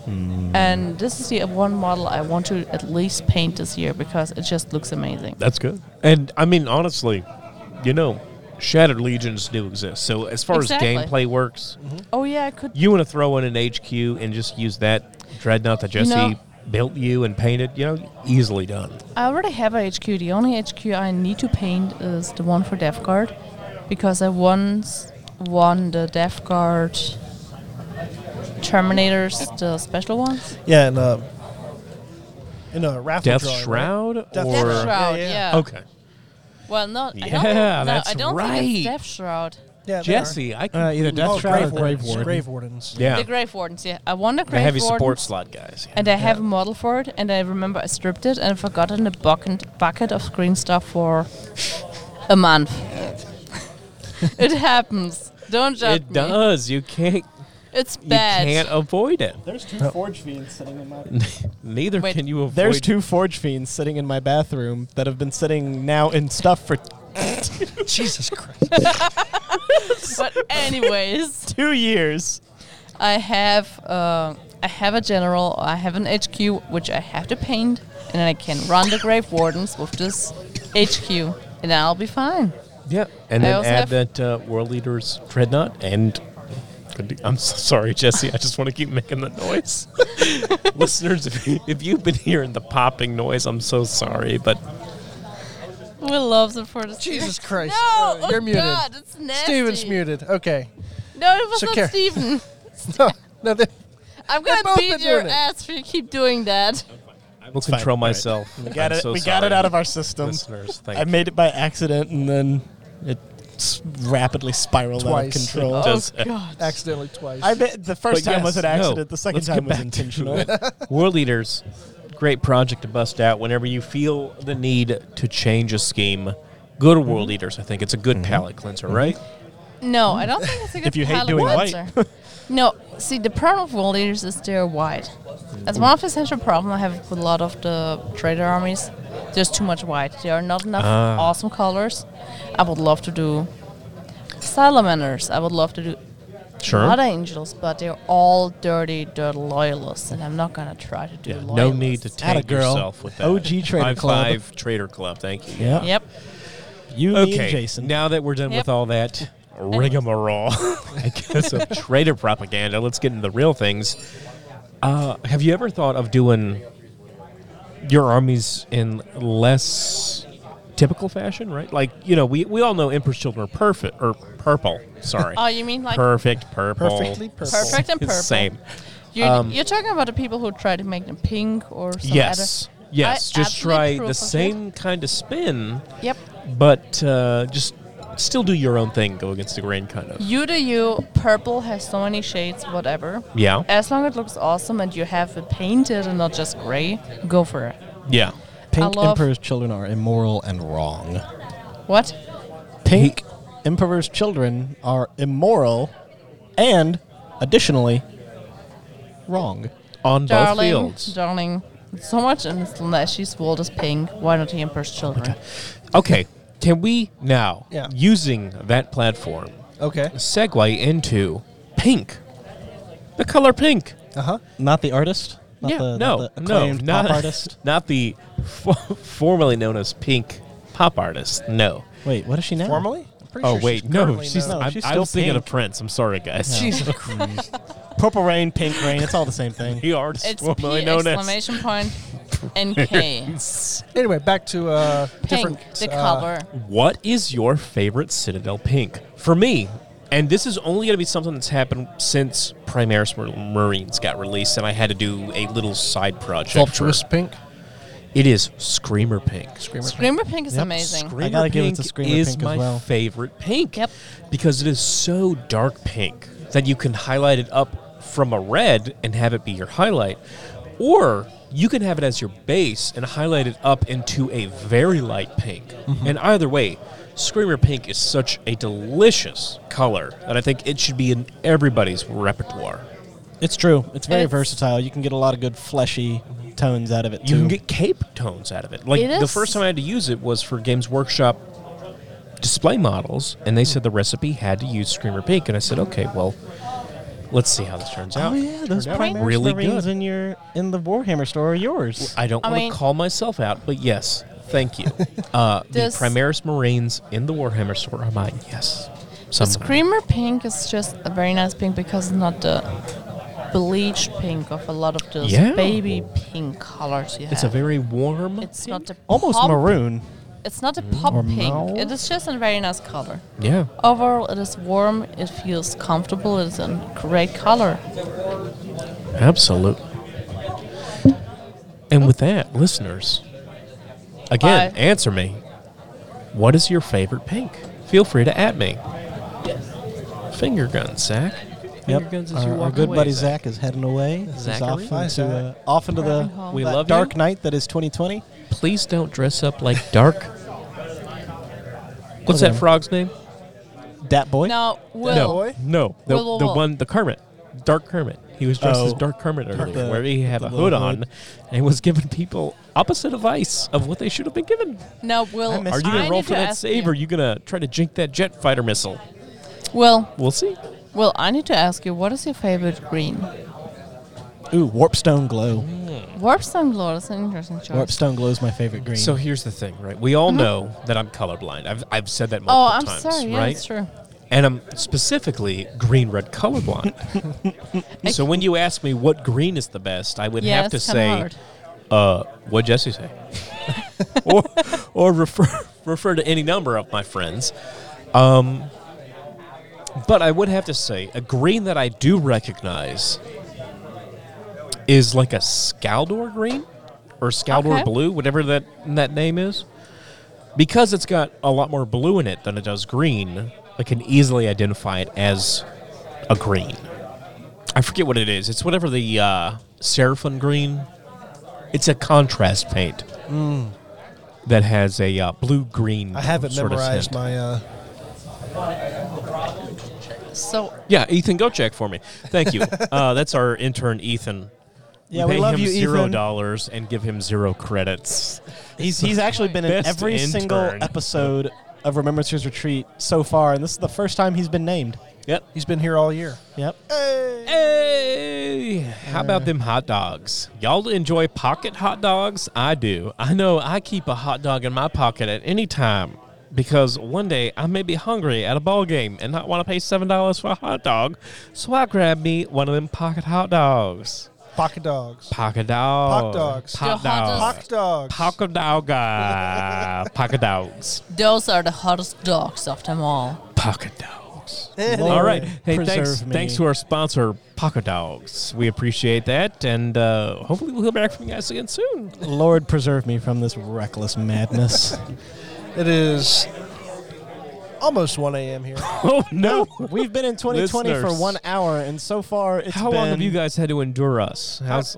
Speaker 1: Hmm.
Speaker 4: and this is the one model I want to at least paint this year because it just looks amazing.
Speaker 1: That's good. And I mean, honestly, you know, Shattered Legions do exist. So as far
Speaker 4: Exactly.
Speaker 1: as gameplay works,
Speaker 4: Oh yeah, I could.
Speaker 1: you want to throw in an HQ and just use that dreadnought that Jesse
Speaker 4: know-
Speaker 1: built you and painted. You know, easily done.
Speaker 4: I already have a HQ. The only HQ I need to paint is the one for Death Guard, because I once won the Death Guard Terminators, the special ones.
Speaker 2: Yeah, and uh, in a raffle
Speaker 1: Death
Speaker 2: drawing, right?
Speaker 1: Shroud
Speaker 2: Death
Speaker 1: or
Speaker 2: Sure.
Speaker 4: Death Shroud,
Speaker 2: Yeah,
Speaker 4: yeah.
Speaker 2: yeah.
Speaker 1: okay,
Speaker 4: Well, not. I
Speaker 1: Yeah,
Speaker 4: don't think, no,
Speaker 1: that's
Speaker 4: I don't think
Speaker 1: right.
Speaker 4: it's Death Shroud.
Speaker 2: Yeah, they are.
Speaker 1: Jesse, I can
Speaker 3: Uh, either Death
Speaker 2: Oh,
Speaker 3: Shroud or
Speaker 2: grave
Speaker 3: Grave
Speaker 2: wardens.
Speaker 3: Warden.
Speaker 2: Grave wardens.
Speaker 1: yeah.
Speaker 4: The Grave Wardens, yeah. I won the
Speaker 1: the
Speaker 4: Grave
Speaker 1: heavy
Speaker 4: Wardens.
Speaker 1: support slot guys. Yeah.
Speaker 4: And I have a model for it, and I remember I stripped it and forgot in a bucket, bucket of green stuff for a month. it happens. Don't judge
Speaker 1: it
Speaker 4: me.
Speaker 1: does. You can't.
Speaker 4: It's
Speaker 1: You
Speaker 4: bad.
Speaker 1: can't avoid it.
Speaker 3: There's two forge fiends sitting in my.
Speaker 1: Neither
Speaker 4: Wait.
Speaker 1: can you avoid.
Speaker 3: There's two Oh. forge fiends sitting in my bathroom that have been sitting now in stuff for
Speaker 2: Jesus Christ.
Speaker 4: But anyways.
Speaker 3: two years.
Speaker 4: I have uh, I have a general. I have an HQ which I have to paint, and then I can run the grave wardens with this HQ, and I'll be fine.
Speaker 1: Yeah, and
Speaker 4: I
Speaker 1: then
Speaker 4: also
Speaker 1: add
Speaker 4: have-
Speaker 1: that uh, world leaders dreadnought and. I'm so sorry, Jesse. I just want to keep making the noise. Listeners, if, you, if you've been hearing the popping noise, I'm so sorry, but
Speaker 4: We love them for the
Speaker 2: Jesus Christ.
Speaker 4: No,
Speaker 2: Uh, you're
Speaker 4: oh
Speaker 2: muted.
Speaker 4: God, it's nasty.
Speaker 2: Steven's muted. Okay.
Speaker 4: No, it was
Speaker 2: So
Speaker 4: not
Speaker 2: Karen-
Speaker 4: Steven.
Speaker 2: No, no, they-
Speaker 4: I'm
Speaker 2: both
Speaker 4: gonna
Speaker 2: been
Speaker 4: beat your
Speaker 2: doing it.
Speaker 4: ass if you keep doing that.
Speaker 1: I will control myself.
Speaker 3: We got it. we got it out of our system.
Speaker 1: listeners. Thank
Speaker 3: I made it by accident, and then It's rapidly spiraled
Speaker 2: Twice.
Speaker 3: out of control.
Speaker 4: Oh,
Speaker 1: It does.
Speaker 4: God.
Speaker 2: accidentally twice.
Speaker 3: I bet the
Speaker 1: But
Speaker 3: first time
Speaker 1: yes,
Speaker 3: was an
Speaker 1: no.
Speaker 3: accident. The 2nd
Speaker 1: Let's
Speaker 3: time
Speaker 1: get
Speaker 3: was
Speaker 1: back to
Speaker 3: intentional.
Speaker 1: it. War leaders, great project to bust out whenever you feel the need to change a scheme. Go to
Speaker 4: Mm-hmm.
Speaker 1: World Leaders. I think it's a good
Speaker 3: Mm-hmm.
Speaker 1: palate cleanser, right?
Speaker 4: No, I don't think it's a good
Speaker 3: If you hate
Speaker 4: palate
Speaker 3: doing white.
Speaker 4: cleanser. no, see, the problem with world leaders is they're white. That's one of the central problems I have with a lot of the trader armies. There's too much white. There are not enough awesome colors. I would love to do salamanders. I would love to do other angels, but they're all dirty, dirt loyalists, and I'm not gonna try to do
Speaker 1: Yeah,
Speaker 4: loyalists.
Speaker 1: no need to tank
Speaker 3: Atta girl.
Speaker 1: yourself with that.
Speaker 3: OG Trader
Speaker 1: High
Speaker 3: Club.
Speaker 1: Five Trader Club. Thank you.
Speaker 3: yeah.
Speaker 4: Yep.
Speaker 3: You, me,
Speaker 1: Okay,
Speaker 3: and Jason.
Speaker 1: now that we're done
Speaker 4: Yep.
Speaker 1: with all that rigmarole, I guess, of trader propaganda, let's get into the real things. Uh, have you ever thought of doing your armies in less typical fashion, right? Like, you know, we, we all know Emperor's Children are perfect, or purple, sorry.
Speaker 4: Oh, you mean like
Speaker 1: perfect, purple.
Speaker 2: Perfectly purple.
Speaker 4: Perfect and
Speaker 1: It's
Speaker 4: purple.
Speaker 1: Same.
Speaker 4: you're,
Speaker 1: Um,
Speaker 4: you're talking about the people who try to make them pink or some
Speaker 1: Yes.
Speaker 4: other-
Speaker 1: Yes.
Speaker 4: I
Speaker 1: Just
Speaker 4: absolutely
Speaker 1: try
Speaker 4: approve
Speaker 1: the
Speaker 4: of it.
Speaker 1: same kind of spin,
Speaker 4: Yep.
Speaker 1: but uh, just still do your own thing, go against the grain, kind of.
Speaker 4: You do you. Purple has so many shades, whatever.
Speaker 1: Yeah.
Speaker 4: As long as it looks awesome and you have it painted and not just gray, go for it.
Speaker 1: Yeah.
Speaker 3: Pink
Speaker 4: love-
Speaker 3: Emperor's children are immoral and wrong.
Speaker 4: What?
Speaker 3: Pink Emperor's children are immoral and, additionally, wrong.
Speaker 1: On both
Speaker 4: darling,
Speaker 1: fields.
Speaker 4: darling. So much in this that she's world is pink. Why not the Emperor's Children?
Speaker 1: Okay. Can we now,
Speaker 2: Yeah.
Speaker 1: using that platform,
Speaker 2: okay.
Speaker 1: segue into pink? The color pink.
Speaker 2: Uh huh.
Speaker 3: Not the artist? Not
Speaker 1: yeah.
Speaker 3: the,
Speaker 1: no.
Speaker 3: not the
Speaker 1: no.
Speaker 3: acclaimed
Speaker 1: Not
Speaker 3: pop artist?
Speaker 1: Not the for, formerly known as pink pop artist. No.
Speaker 3: Wait, what is she now?
Speaker 2: Formally? I'm pretty
Speaker 1: Oh
Speaker 2: sure
Speaker 1: wait,
Speaker 2: she's
Speaker 1: no.
Speaker 2: currently
Speaker 1: She's
Speaker 2: known-
Speaker 3: not-
Speaker 1: I'm,
Speaker 3: she's
Speaker 1: I
Speaker 3: still
Speaker 1: was thinking of
Speaker 3: pink.
Speaker 1: Prince. I'm sorry, guys.
Speaker 2: Jesus Christ.
Speaker 3: Purple rain, pink rain. It's all the same thing.
Speaker 1: The artist
Speaker 4: It's
Speaker 1: formerly
Speaker 4: P
Speaker 1: known as
Speaker 4: exclamation point NK.
Speaker 2: Anyway, back to uh, different.
Speaker 4: Pink, the
Speaker 2: uh,
Speaker 4: color.
Speaker 1: What is your favorite Citadel pink? For me, and this is only going to be something that's happened since Primaris Mar- Marines got released, and I had to do a little side project. for-
Speaker 2: Voluptuous pink.
Speaker 1: It is Screamer Pink.
Speaker 2: Screamer pink.
Speaker 4: Screamer pink is amazing.
Speaker 1: Screamer
Speaker 3: I gotta
Speaker 1: pink
Speaker 3: give it to Screamer
Speaker 1: is
Speaker 3: Pink as
Speaker 1: my
Speaker 3: well.
Speaker 1: favorite pink.
Speaker 4: Yep.
Speaker 1: Because it is so dark pink that you can highlight it up from a red and have it be your highlight, or you can have it as your base and highlight it up into a very light pink.
Speaker 3: Mm-hmm.
Speaker 1: And either way, Screamer Pink is such a delicious color that I think it should be in everybody's repertoire.
Speaker 3: It's true. It's very
Speaker 4: It's-
Speaker 3: versatile. You can get a lot of good fleshy tones out of it too.
Speaker 1: You can get cape tones out of it. Like
Speaker 4: It
Speaker 1: the
Speaker 4: is-
Speaker 1: first time I had to use it was for Games Workshop display models, and they said the recipe had to use Screamer Pink, and I said, okay, well, let's see how this turns
Speaker 3: oh
Speaker 1: out.
Speaker 3: yeah, those
Speaker 1: Turned out
Speaker 3: primaries
Speaker 1: really
Speaker 3: marines
Speaker 1: good.
Speaker 3: in your in the Warhammer store are yours.
Speaker 1: I don't
Speaker 4: I
Speaker 1: want
Speaker 4: mean-
Speaker 1: to call myself out, but yes, thank you. Uh,
Speaker 4: This-
Speaker 1: the Primaris Marines in the Warhammer store are mine. Yes,
Speaker 4: The
Speaker 1: some
Speaker 4: Screamer pink is just a very nice pink because it's not the bleached pink of a lot of those
Speaker 1: Yeah.
Speaker 4: baby pink colors you have.
Speaker 1: It's a very warm.
Speaker 4: It's not the
Speaker 3: Almost
Speaker 4: pop-
Speaker 3: maroon.
Speaker 4: It's not a pop
Speaker 3: or
Speaker 4: pink.
Speaker 3: mauve.
Speaker 4: It is just a very nice color.
Speaker 1: yeah.
Speaker 4: Overall, it is warm. It feels comfortable. It's a great color.
Speaker 1: Absolutely. And with that, listeners, again,
Speaker 4: Bye.
Speaker 1: answer me. What is your favorite pink? Feel free to at me. Finger guns, Zach. Finger guns as you
Speaker 3: Our, our
Speaker 1: walk
Speaker 3: good
Speaker 1: away,
Speaker 3: buddy
Speaker 1: Zach.
Speaker 3: Zach is heading away. He's
Speaker 1: Zachary?
Speaker 3: off
Speaker 2: Hi,
Speaker 3: into, uh,
Speaker 2: Zach.
Speaker 3: off into the
Speaker 4: Driving home.
Speaker 1: We
Speaker 3: that
Speaker 1: love
Speaker 3: dark
Speaker 1: you.
Speaker 3: night that is 2020.
Speaker 1: Please don't dress up like dark. What's that
Speaker 3: Okay.
Speaker 1: frog's name?
Speaker 3: Dat boy.
Speaker 4: Now, Will,
Speaker 2: boy?
Speaker 1: no, the,
Speaker 4: Will, Will,
Speaker 1: the
Speaker 4: Will.
Speaker 1: one, the Kermit, Dark Kermit. He was dressed as
Speaker 3: Oh.
Speaker 1: Dark Kermit earlier,
Speaker 3: the-
Speaker 1: where he had
Speaker 3: the
Speaker 1: a
Speaker 3: little
Speaker 1: hood
Speaker 3: hood.
Speaker 1: on, and was giving people opposite advice of what they should have been given.
Speaker 4: now Will,
Speaker 3: I miss
Speaker 1: Are you
Speaker 4: going
Speaker 1: gonna
Speaker 4: to
Speaker 1: roll for that
Speaker 4: ask
Speaker 1: save, or
Speaker 4: You.
Speaker 1: are you gonna try to jink that jet fighter missile?
Speaker 4: Will,
Speaker 1: We'll see.
Speaker 4: Will, I need to ask you, what is your favorite green?
Speaker 3: Ooh, warpstone glow.
Speaker 4: Warpstone Glow is an interesting choice.
Speaker 3: Warpstone glow is my favorite green.
Speaker 1: So here's the thing, right? We all know that I'm colorblind. I've, I've said that multiple
Speaker 4: Mm-hmm. oh, I'm
Speaker 1: times,
Speaker 4: sorry. Yeah,
Speaker 1: right?
Speaker 4: it's true.
Speaker 1: And I'm specifically green red colorblind. so when you ask me what green is the best, I would
Speaker 4: Yeah,
Speaker 1: have to
Speaker 4: it's kinda
Speaker 1: say,
Speaker 4: hard.
Speaker 1: uh, what Jesse say, or or refer refer to any number of my friends. Um, but I would have to say a green that I do recognize is like a Scaldor green or Scaldor
Speaker 4: Okay.
Speaker 1: blue, whatever that that name is. because it's got a lot more blue in it than it does green, I can easily identify it as a green. I forget what it is. It's whatever the uh, Seraphin green. It's a contrast paint
Speaker 3: Mm.
Speaker 1: that has a uh, blue green.
Speaker 2: I haven't
Speaker 1: sort of
Speaker 2: memorized
Speaker 1: tint.
Speaker 2: my. Uh,
Speaker 4: So
Speaker 1: Yeah, Ethan, go check for me. Thank you. uh, that's our intern, Ethan.
Speaker 3: Yeah, we
Speaker 1: pay
Speaker 3: love
Speaker 1: him
Speaker 3: you,
Speaker 1: zero
Speaker 3: Ethan.
Speaker 1: dollars and give him zero credits.
Speaker 3: He's he's actually been in
Speaker 1: Best
Speaker 3: every single
Speaker 1: intern.
Speaker 3: episode of Remembrancers Retreat so far, and this is the first time he's been named.
Speaker 1: Yep.
Speaker 2: he's been here all year.
Speaker 3: Yep.
Speaker 1: Hey, how about them hot dogs? Y'all enjoy pocket hot dogs? I do. I know I keep a hot dog in my pocket at any time because one day I may be hungry at a ball game and not want to pay $7 for a hot dog. So I grab me one of them pocket hot dogs.
Speaker 2: Pocket dogs.
Speaker 1: Pocket dogs.
Speaker 2: dogs.
Speaker 1: Hot
Speaker 4: The hottest-
Speaker 1: dogs.
Speaker 2: Pocket
Speaker 1: Pocket
Speaker 2: dogs.
Speaker 1: dog. uh, Pocket dogs.
Speaker 4: those are the hottest dogs of them all.
Speaker 1: Pocket dogs.
Speaker 2: Lord.
Speaker 1: All right. Hey,
Speaker 3: preserve
Speaker 1: thanks,
Speaker 3: me.
Speaker 1: thanks to our sponsor, Pocket Dogs. We appreciate that. And uh, hopefully, we'll hear back from you guys again soon.
Speaker 3: Lord preserve me from this reckless madness.
Speaker 2: It is almost 1 a.m. here.
Speaker 1: Oh, no.
Speaker 3: We've been in 2020
Speaker 1: Listeners.
Speaker 3: for one hour, and so far it's
Speaker 1: How long have
Speaker 3: been-
Speaker 1: you guys had to endure us? How's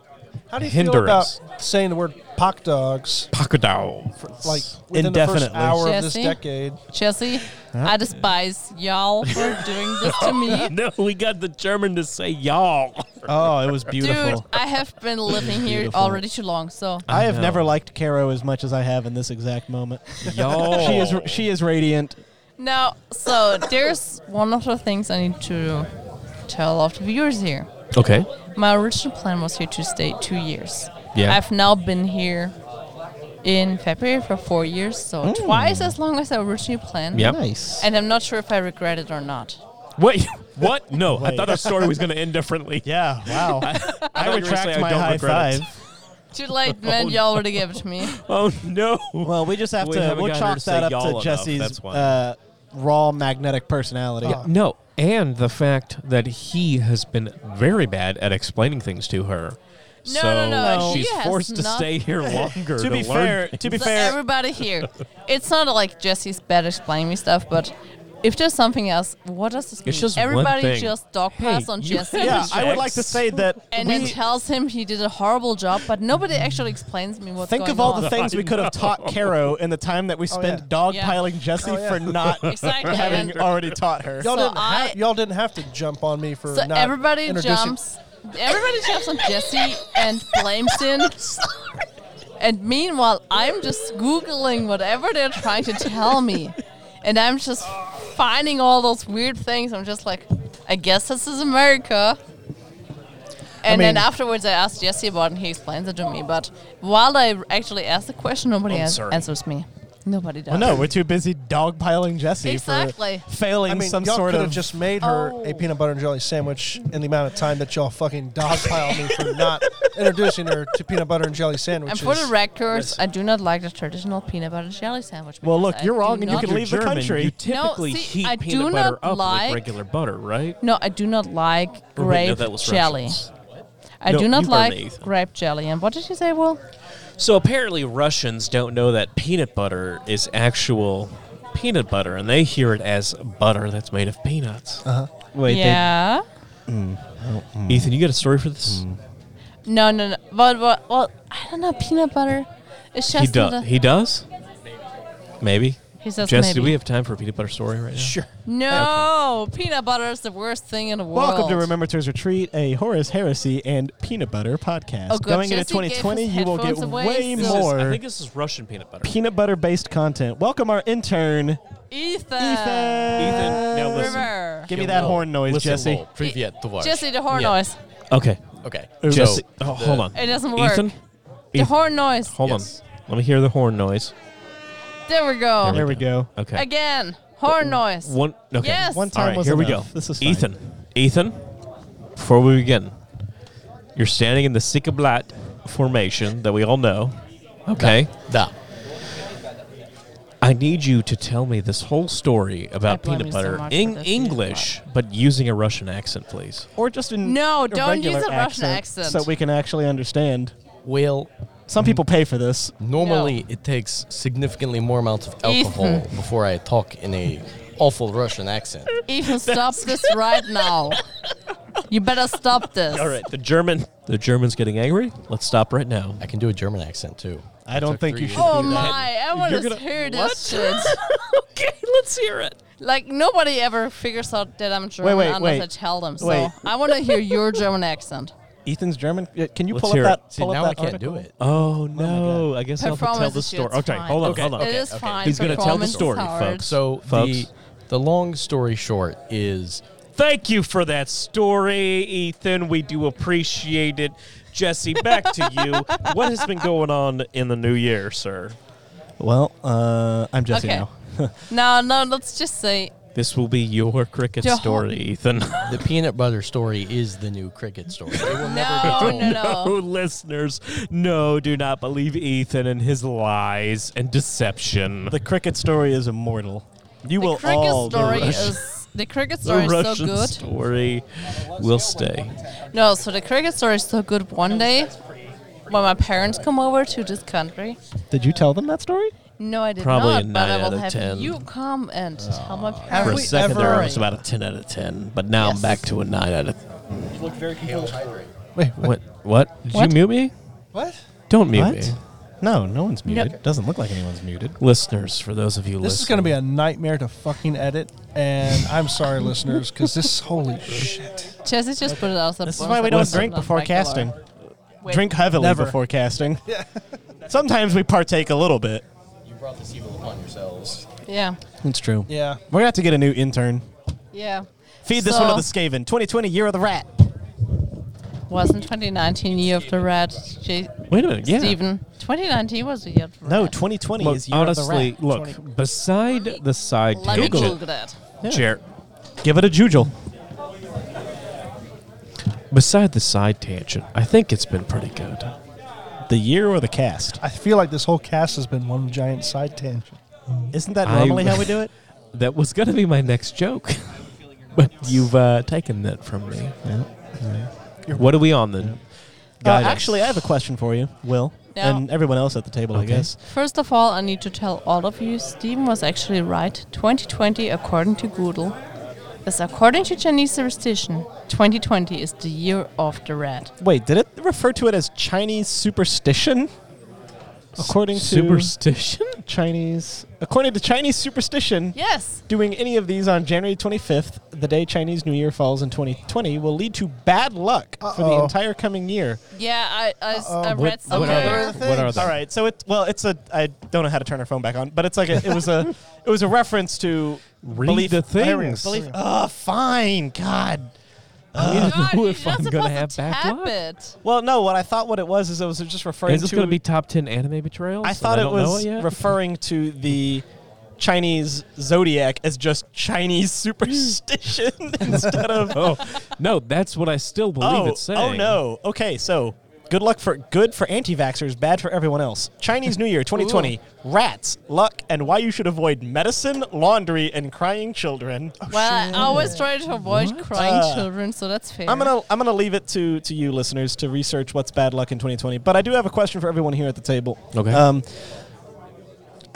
Speaker 2: How do you feel
Speaker 1: Hinder us.
Speaker 2: about saying the word pock dogs
Speaker 1: Pocket Dogs?
Speaker 2: like within the first
Speaker 3: Indefinitely.
Speaker 2: hour of this
Speaker 4: Jesse?
Speaker 2: decade?
Speaker 4: Jesse, I despise y'all for doing this to me.
Speaker 1: No, we got the German to say y'all.
Speaker 3: Oh, it was
Speaker 4: Dude,
Speaker 3: beautiful.
Speaker 4: I have been living here
Speaker 3: Beautiful.
Speaker 4: already too long, so
Speaker 3: I have
Speaker 1: know.
Speaker 3: never liked Caro as much as I have in this exact moment.
Speaker 1: Y'all.
Speaker 3: She is she is radiant.
Speaker 4: Now, so there's one of the things I need to tell of the viewers here.
Speaker 1: Okay.
Speaker 4: My original plan was here to stay two years.
Speaker 1: Yeah.
Speaker 4: I've now been here in February for four years, so twice as long as I originally planned.
Speaker 1: Yep.
Speaker 3: Nice.
Speaker 4: And I'm not sure if I regret it or not.
Speaker 1: Wait, what? No, I
Speaker 3: Wait.
Speaker 1: thought our story was going to end differently.
Speaker 3: yeah. Wow.
Speaker 1: I
Speaker 3: I
Speaker 1: thought you were gonna say,
Speaker 3: retract
Speaker 1: "I
Speaker 3: my
Speaker 1: don't
Speaker 3: high
Speaker 1: regret it."
Speaker 3: five.
Speaker 4: Too late, man. You already gave it to me.
Speaker 1: Oh, no.
Speaker 3: Well, we just have
Speaker 1: We
Speaker 3: to.
Speaker 1: haven't
Speaker 3: We'll
Speaker 1: gotten her
Speaker 3: chalk
Speaker 1: to say
Speaker 3: that
Speaker 1: y'all
Speaker 3: up to
Speaker 1: enough,
Speaker 3: Jesse's
Speaker 1: that's why.
Speaker 3: uh, raw magnetic personality.
Speaker 1: No, and the fact that he has been very bad at explaining things to her.
Speaker 4: No,
Speaker 1: so
Speaker 4: no, no, he
Speaker 1: She's
Speaker 4: has
Speaker 1: forced to
Speaker 4: not-
Speaker 1: stay here longer to,
Speaker 3: To be
Speaker 1: learn
Speaker 3: fair, to be
Speaker 4: So
Speaker 3: fair,
Speaker 4: everybody here, it's not like Jesse's bad explaining me stuff, but if there's something else, what does this mean?
Speaker 1: just one
Speaker 4: everybody
Speaker 1: thing.
Speaker 4: just dog
Speaker 1: Hey,
Speaker 4: pass on
Speaker 1: you-
Speaker 4: Jesse.
Speaker 3: yeah, I would like to say that
Speaker 4: and
Speaker 3: we
Speaker 4: then tells him he did a horrible job, but nobody actually explains me what's
Speaker 3: think
Speaker 4: going
Speaker 3: of all
Speaker 4: on. Oh,
Speaker 3: the things we could have taught Caro in the time that we spent
Speaker 2: yeah.
Speaker 3: dogpiling Jesse
Speaker 2: Oh, yeah.
Speaker 3: for not
Speaker 4: Exactly.
Speaker 3: having
Speaker 4: and-
Speaker 3: already taught her.
Speaker 2: Y'all,
Speaker 4: So
Speaker 2: didn't
Speaker 4: I-
Speaker 2: have, y'all didn't have to jump on me for
Speaker 4: so
Speaker 2: not
Speaker 4: everybody
Speaker 2: introducing-
Speaker 4: jumps, everybody jumps on Jesse and blames him. And meanwhile, I'm just googling whatever they're trying to tell me, and I'm just finding all those weird things. I'm just like, I guess this is America. And then
Speaker 2: mean-
Speaker 4: afterwards, I asked Jesse about it, and he explains it to me. But while I actually ask the question, nobody
Speaker 1: I'm
Speaker 4: an-
Speaker 1: sorry.
Speaker 4: answers me. Nobody does.
Speaker 3: Well, no, we're too busy dogpiling Jesse
Speaker 4: Exactly.
Speaker 3: for failing
Speaker 2: I mean,
Speaker 3: some
Speaker 2: y'all
Speaker 3: sort
Speaker 2: could
Speaker 3: of.
Speaker 2: have just made her
Speaker 4: Oh.
Speaker 2: a peanut butter and jelly sandwich in the amount of time that y'all fucking dogpiled me for not introducing her to peanut butter and jelly
Speaker 4: And
Speaker 2: sandwiches.
Speaker 4: for the records, I do not like the traditional peanut butter jelly sandwich.
Speaker 3: well,
Speaker 4: because
Speaker 3: look,
Speaker 4: I
Speaker 3: you're
Speaker 4: do
Speaker 3: wrong, and you
Speaker 4: not-
Speaker 3: can leave the
Speaker 1: German,
Speaker 3: country.
Speaker 1: You typically
Speaker 4: see,
Speaker 1: heat
Speaker 4: I
Speaker 1: peanut
Speaker 4: do
Speaker 1: butter
Speaker 4: not
Speaker 1: up
Speaker 4: like-
Speaker 1: with regular butter, right?
Speaker 4: No, I do not like
Speaker 1: Or wait, no,
Speaker 4: grape
Speaker 1: that was
Speaker 4: jelly.
Speaker 1: Russians.
Speaker 4: I
Speaker 1: No,
Speaker 4: do not
Speaker 1: you learned
Speaker 4: like
Speaker 1: it, Ethan.
Speaker 4: grape jelly. And what did you say, Will?
Speaker 1: So apparently, Russians don't know that peanut butter is actual peanut butter, and they hear it as butter that's made of peanuts.
Speaker 3: Um, Wait,
Speaker 4: yeah.
Speaker 1: Ethan, you got a story for this?
Speaker 4: No, no, no. But, but, well, I don't know. Peanut butter. It's just
Speaker 1: He
Speaker 4: not a-
Speaker 1: does. He does. Maybe.
Speaker 4: He says
Speaker 1: Jess, do
Speaker 4: maybe.
Speaker 1: we have time for a peanut butter story right now?
Speaker 3: sure.
Speaker 4: no, peanut butter is the worst thing in the world.
Speaker 3: Welcome to Remembrancers Retreat, a Horace Heresy and Peanut Butter podcast.
Speaker 4: Oh, good.
Speaker 3: Going into
Speaker 4: Jesse gave
Speaker 3: 2020,
Speaker 4: his
Speaker 3: you will get
Speaker 4: headphones away,
Speaker 3: way
Speaker 4: so-
Speaker 1: This is-
Speaker 3: more
Speaker 1: I think this is Russian peanut butter.
Speaker 3: peanut butter based content. Welcome our
Speaker 4: Uh,
Speaker 3: intern,
Speaker 4: Ethan.
Speaker 3: Ethan.
Speaker 6: Ethan, now listen.
Speaker 4: River.
Speaker 3: Give me that horn noise,
Speaker 6: Listen,
Speaker 3: Jesse.
Speaker 6: Lowell. Привет, товарищ.
Speaker 4: Jesse, the horn
Speaker 6: Yeah.
Speaker 4: noise.
Speaker 1: Okay.
Speaker 6: Okay.
Speaker 3: Ooh,
Speaker 6: So,
Speaker 3: Jesse-
Speaker 1: Oh, hold on.
Speaker 4: It doesn't work.
Speaker 1: Ethan,
Speaker 4: The
Speaker 1: Ethan.
Speaker 4: horn noise.
Speaker 1: hold
Speaker 6: Yes.
Speaker 1: on. Let me hear the horn noise.
Speaker 4: There we go.
Speaker 3: There we go.
Speaker 1: Okay.
Speaker 4: Again, horn noise.
Speaker 1: One. Okay.
Speaker 4: Yes.
Speaker 3: One
Speaker 1: All
Speaker 3: time
Speaker 1: right,
Speaker 3: was
Speaker 1: here we go.
Speaker 3: enough. This is fine.
Speaker 1: Ethan. Ethan, before we begin, you're standing in the Sikablat formation that we all know. Okay.
Speaker 6: Да.
Speaker 1: I need you to tell me this whole story about
Speaker 4: I blame
Speaker 1: peanut
Speaker 4: you so
Speaker 1: butter
Speaker 4: much for
Speaker 1: in
Speaker 4: this peanut
Speaker 1: English, but using a Russian accent, please.
Speaker 3: Or just in
Speaker 4: No,
Speaker 3: a
Speaker 4: don't use
Speaker 3: regular
Speaker 4: a Russian accent.
Speaker 3: so we can actually understand.
Speaker 6: Well,
Speaker 3: Some people pay for this.
Speaker 6: Normally, it takes significantly more amounts of alcohol
Speaker 4: Ethan.
Speaker 6: before I talk in a awful Russian accent.
Speaker 4: Even stop this right now. You better stop this.
Speaker 1: All right, the German, the German's getting angry. Let's stop right now.
Speaker 6: I can do a German accent too.
Speaker 3: I don't
Speaker 6: took
Speaker 3: think
Speaker 6: three
Speaker 3: you should.
Speaker 6: years.
Speaker 4: Oh
Speaker 3: do that.
Speaker 4: my, I want
Speaker 1: You're
Speaker 4: to
Speaker 1: gonna-
Speaker 4: hear this shit.
Speaker 1: okay, let's hear it.
Speaker 4: Like nobody ever figures out that I'm German
Speaker 3: wait,
Speaker 4: unless
Speaker 3: wait.
Speaker 4: I tell them. So
Speaker 3: Wait.
Speaker 4: I want to hear your German accent.
Speaker 3: Ethan's German. Yeah, Can you
Speaker 1: Let's
Speaker 3: pull up
Speaker 1: hear it.
Speaker 3: that?
Speaker 6: See,
Speaker 3: pull up
Speaker 6: now I
Speaker 3: that
Speaker 6: can't
Speaker 3: article?
Speaker 6: do it.
Speaker 1: Oh no, I guess I'll have to tell
Speaker 4: Performance
Speaker 1: the
Speaker 4: is
Speaker 1: story.
Speaker 4: shit, it's
Speaker 1: Okay,
Speaker 4: fine. Uh,
Speaker 1: hold on,
Speaker 6: Okay,
Speaker 1: hold on.
Speaker 4: it is
Speaker 6: okay.
Speaker 4: fine.
Speaker 1: He's gonna tell the
Speaker 4: Performance is
Speaker 1: story,
Speaker 4: hard.
Speaker 1: folks.
Speaker 6: So the
Speaker 1: Folks.
Speaker 6: the long story short is
Speaker 1: Thank you for that story, Ethan. We do appreciate it. Jesse, back to you. what has been going on in the new year, sir?
Speaker 3: Well, uh, I'm Jesse
Speaker 4: Okay.
Speaker 3: now.
Speaker 4: No, no, let's just say
Speaker 1: This will be your cricket
Speaker 4: Don't-
Speaker 1: story, Ethan.
Speaker 6: the peanut butter story is the new cricket story. It will never
Speaker 4: no,
Speaker 6: be
Speaker 4: no,
Speaker 6: told.
Speaker 1: Oh,
Speaker 4: no.
Speaker 1: listeners, no, do not believe Ethan and his lies and deception.
Speaker 3: The cricket story is immortal. You
Speaker 4: The
Speaker 3: will
Speaker 4: cricket
Speaker 3: all.
Speaker 4: story
Speaker 1: Russian-
Speaker 4: is the cricket
Speaker 1: the
Speaker 4: story is so
Speaker 1: Russian
Speaker 4: good.
Speaker 1: story will stay.
Speaker 4: No, so the cricket story is so good. One day, when my parents come over to this country,
Speaker 3: Did you tell them that story?
Speaker 4: no, I did
Speaker 1: Probably a
Speaker 4: not. But
Speaker 1: nine
Speaker 4: I
Speaker 1: out
Speaker 4: will
Speaker 1: of
Speaker 4: have
Speaker 1: 10.
Speaker 4: you come and tell my
Speaker 2: Have
Speaker 1: For
Speaker 2: we
Speaker 1: a
Speaker 4: parents.
Speaker 1: second there,
Speaker 2: ever-
Speaker 1: I was about a 10 out of 10, but now I'm
Speaker 4: Yes.
Speaker 1: back to a 9 out of
Speaker 2: Wait, what?
Speaker 1: What? What? Did
Speaker 4: What?
Speaker 1: you mute me?
Speaker 2: What?
Speaker 1: Don't mute
Speaker 3: What?
Speaker 1: me.
Speaker 3: No, no one's muted. Doesn't look like anyone's muted.
Speaker 1: Listeners, for those of you listening.
Speaker 2: This is going to be a nightmare to fucking edit, and I'm sorry, listeners, because this holy shit.
Speaker 4: Jesse just put it out.
Speaker 3: This is why we don't drink before casting. Drink heavily
Speaker 2: Never.
Speaker 3: before casting. Sometimes we partake a little bit.
Speaker 6: You brought this evil upon yourselves.
Speaker 4: Yeah,
Speaker 3: It's true.
Speaker 2: Yeah.
Speaker 3: We're gonna have to get a new intern.
Speaker 4: yeah.
Speaker 3: Feed this one to
Speaker 4: So-
Speaker 3: the Skaven. 2020 year of the rat.
Speaker 4: Wasn't 2019 year of the rat, J-
Speaker 1: Wait a minute. Yeah.
Speaker 4: Stephen? 2019 was the year of the rat.
Speaker 3: No, 2020
Speaker 1: Look,
Speaker 3: is year
Speaker 1: honestly,
Speaker 3: of the rat.
Speaker 1: look, beside the side
Speaker 4: Let me
Speaker 1: tangent,
Speaker 4: Google that.
Speaker 1: Jer-
Speaker 3: Give it a jujel.
Speaker 1: beside the side tangent, I think it's been pretty good.
Speaker 3: The year or the cast.
Speaker 2: I feel like this whole cast has been one giant side tangent.
Speaker 3: Isn't that
Speaker 1: I-
Speaker 3: normally how we do it?
Speaker 1: That was going to be my next joke, but you've uh, taken that from me. What are we on then?
Speaker 3: Uh,
Speaker 1: Guidance.
Speaker 3: actually, I have a question for you, Will,
Speaker 4: Yeah.
Speaker 3: and everyone else at the table, I
Speaker 1: Okay.
Speaker 3: guess.
Speaker 4: First of all, I need to tell all of you, Steven was actually right. 2020, according to Google, is according to Chinese superstition, 2020 is the year of the rat.
Speaker 3: Wait, did it refer to it as Chinese superstition? According to
Speaker 1: superstition.
Speaker 3: Chinese, according to Chinese superstition,
Speaker 4: Yes.
Speaker 3: doing any of these on January 25th, the day Chinese New Year falls in 2020, will lead to bad luck for the
Speaker 2: Uh-oh.
Speaker 3: entire coming year.
Speaker 4: Yeah, I, I, s- I
Speaker 1: What-
Speaker 4: read
Speaker 1: what are
Speaker 4: somewhere.
Speaker 1: they? What are they?
Speaker 3: All right, so it well, it's a I don't know how to turn her phone back on, but it's like a, it was a it was a reference to
Speaker 1: Read
Speaker 3: belief,
Speaker 1: the
Speaker 3: There we go.
Speaker 1: things.
Speaker 3: Belief. Oh, fine, God.
Speaker 1: I
Speaker 4: God,
Speaker 1: don't know
Speaker 4: you're
Speaker 1: if
Speaker 4: not
Speaker 1: I'm going
Speaker 4: supposed
Speaker 1: to have back
Speaker 4: tap
Speaker 1: luck.
Speaker 4: it.
Speaker 3: Well, no, what I thought what it was is it was just referring
Speaker 1: Is this
Speaker 3: to
Speaker 1: going to be top 10 anime betrayals?
Speaker 3: I
Speaker 1: and
Speaker 3: thought it
Speaker 1: don't know
Speaker 3: was
Speaker 1: yet?
Speaker 3: referring to the Chinese zodiac as just Chinese superstition instead of
Speaker 1: oh, no, that's what I still believe
Speaker 3: oh,
Speaker 1: it's saying.
Speaker 3: oh no. Okay, so good luck for good for anti-vaxxers, bad for everyone else. Chinese New Year 2020, rats, luck, and why you should avoid medicine, laundry, and crying children.
Speaker 1: Oh,
Speaker 4: Well, I always try to avoid crying
Speaker 3: Uh,
Speaker 4: children, so that's fair.
Speaker 3: I'm gonna I'm gonna leave it to to you listeners to research what's bad luck in 2020. But I do have a question for everyone here at the table.
Speaker 1: Okay.
Speaker 3: Um,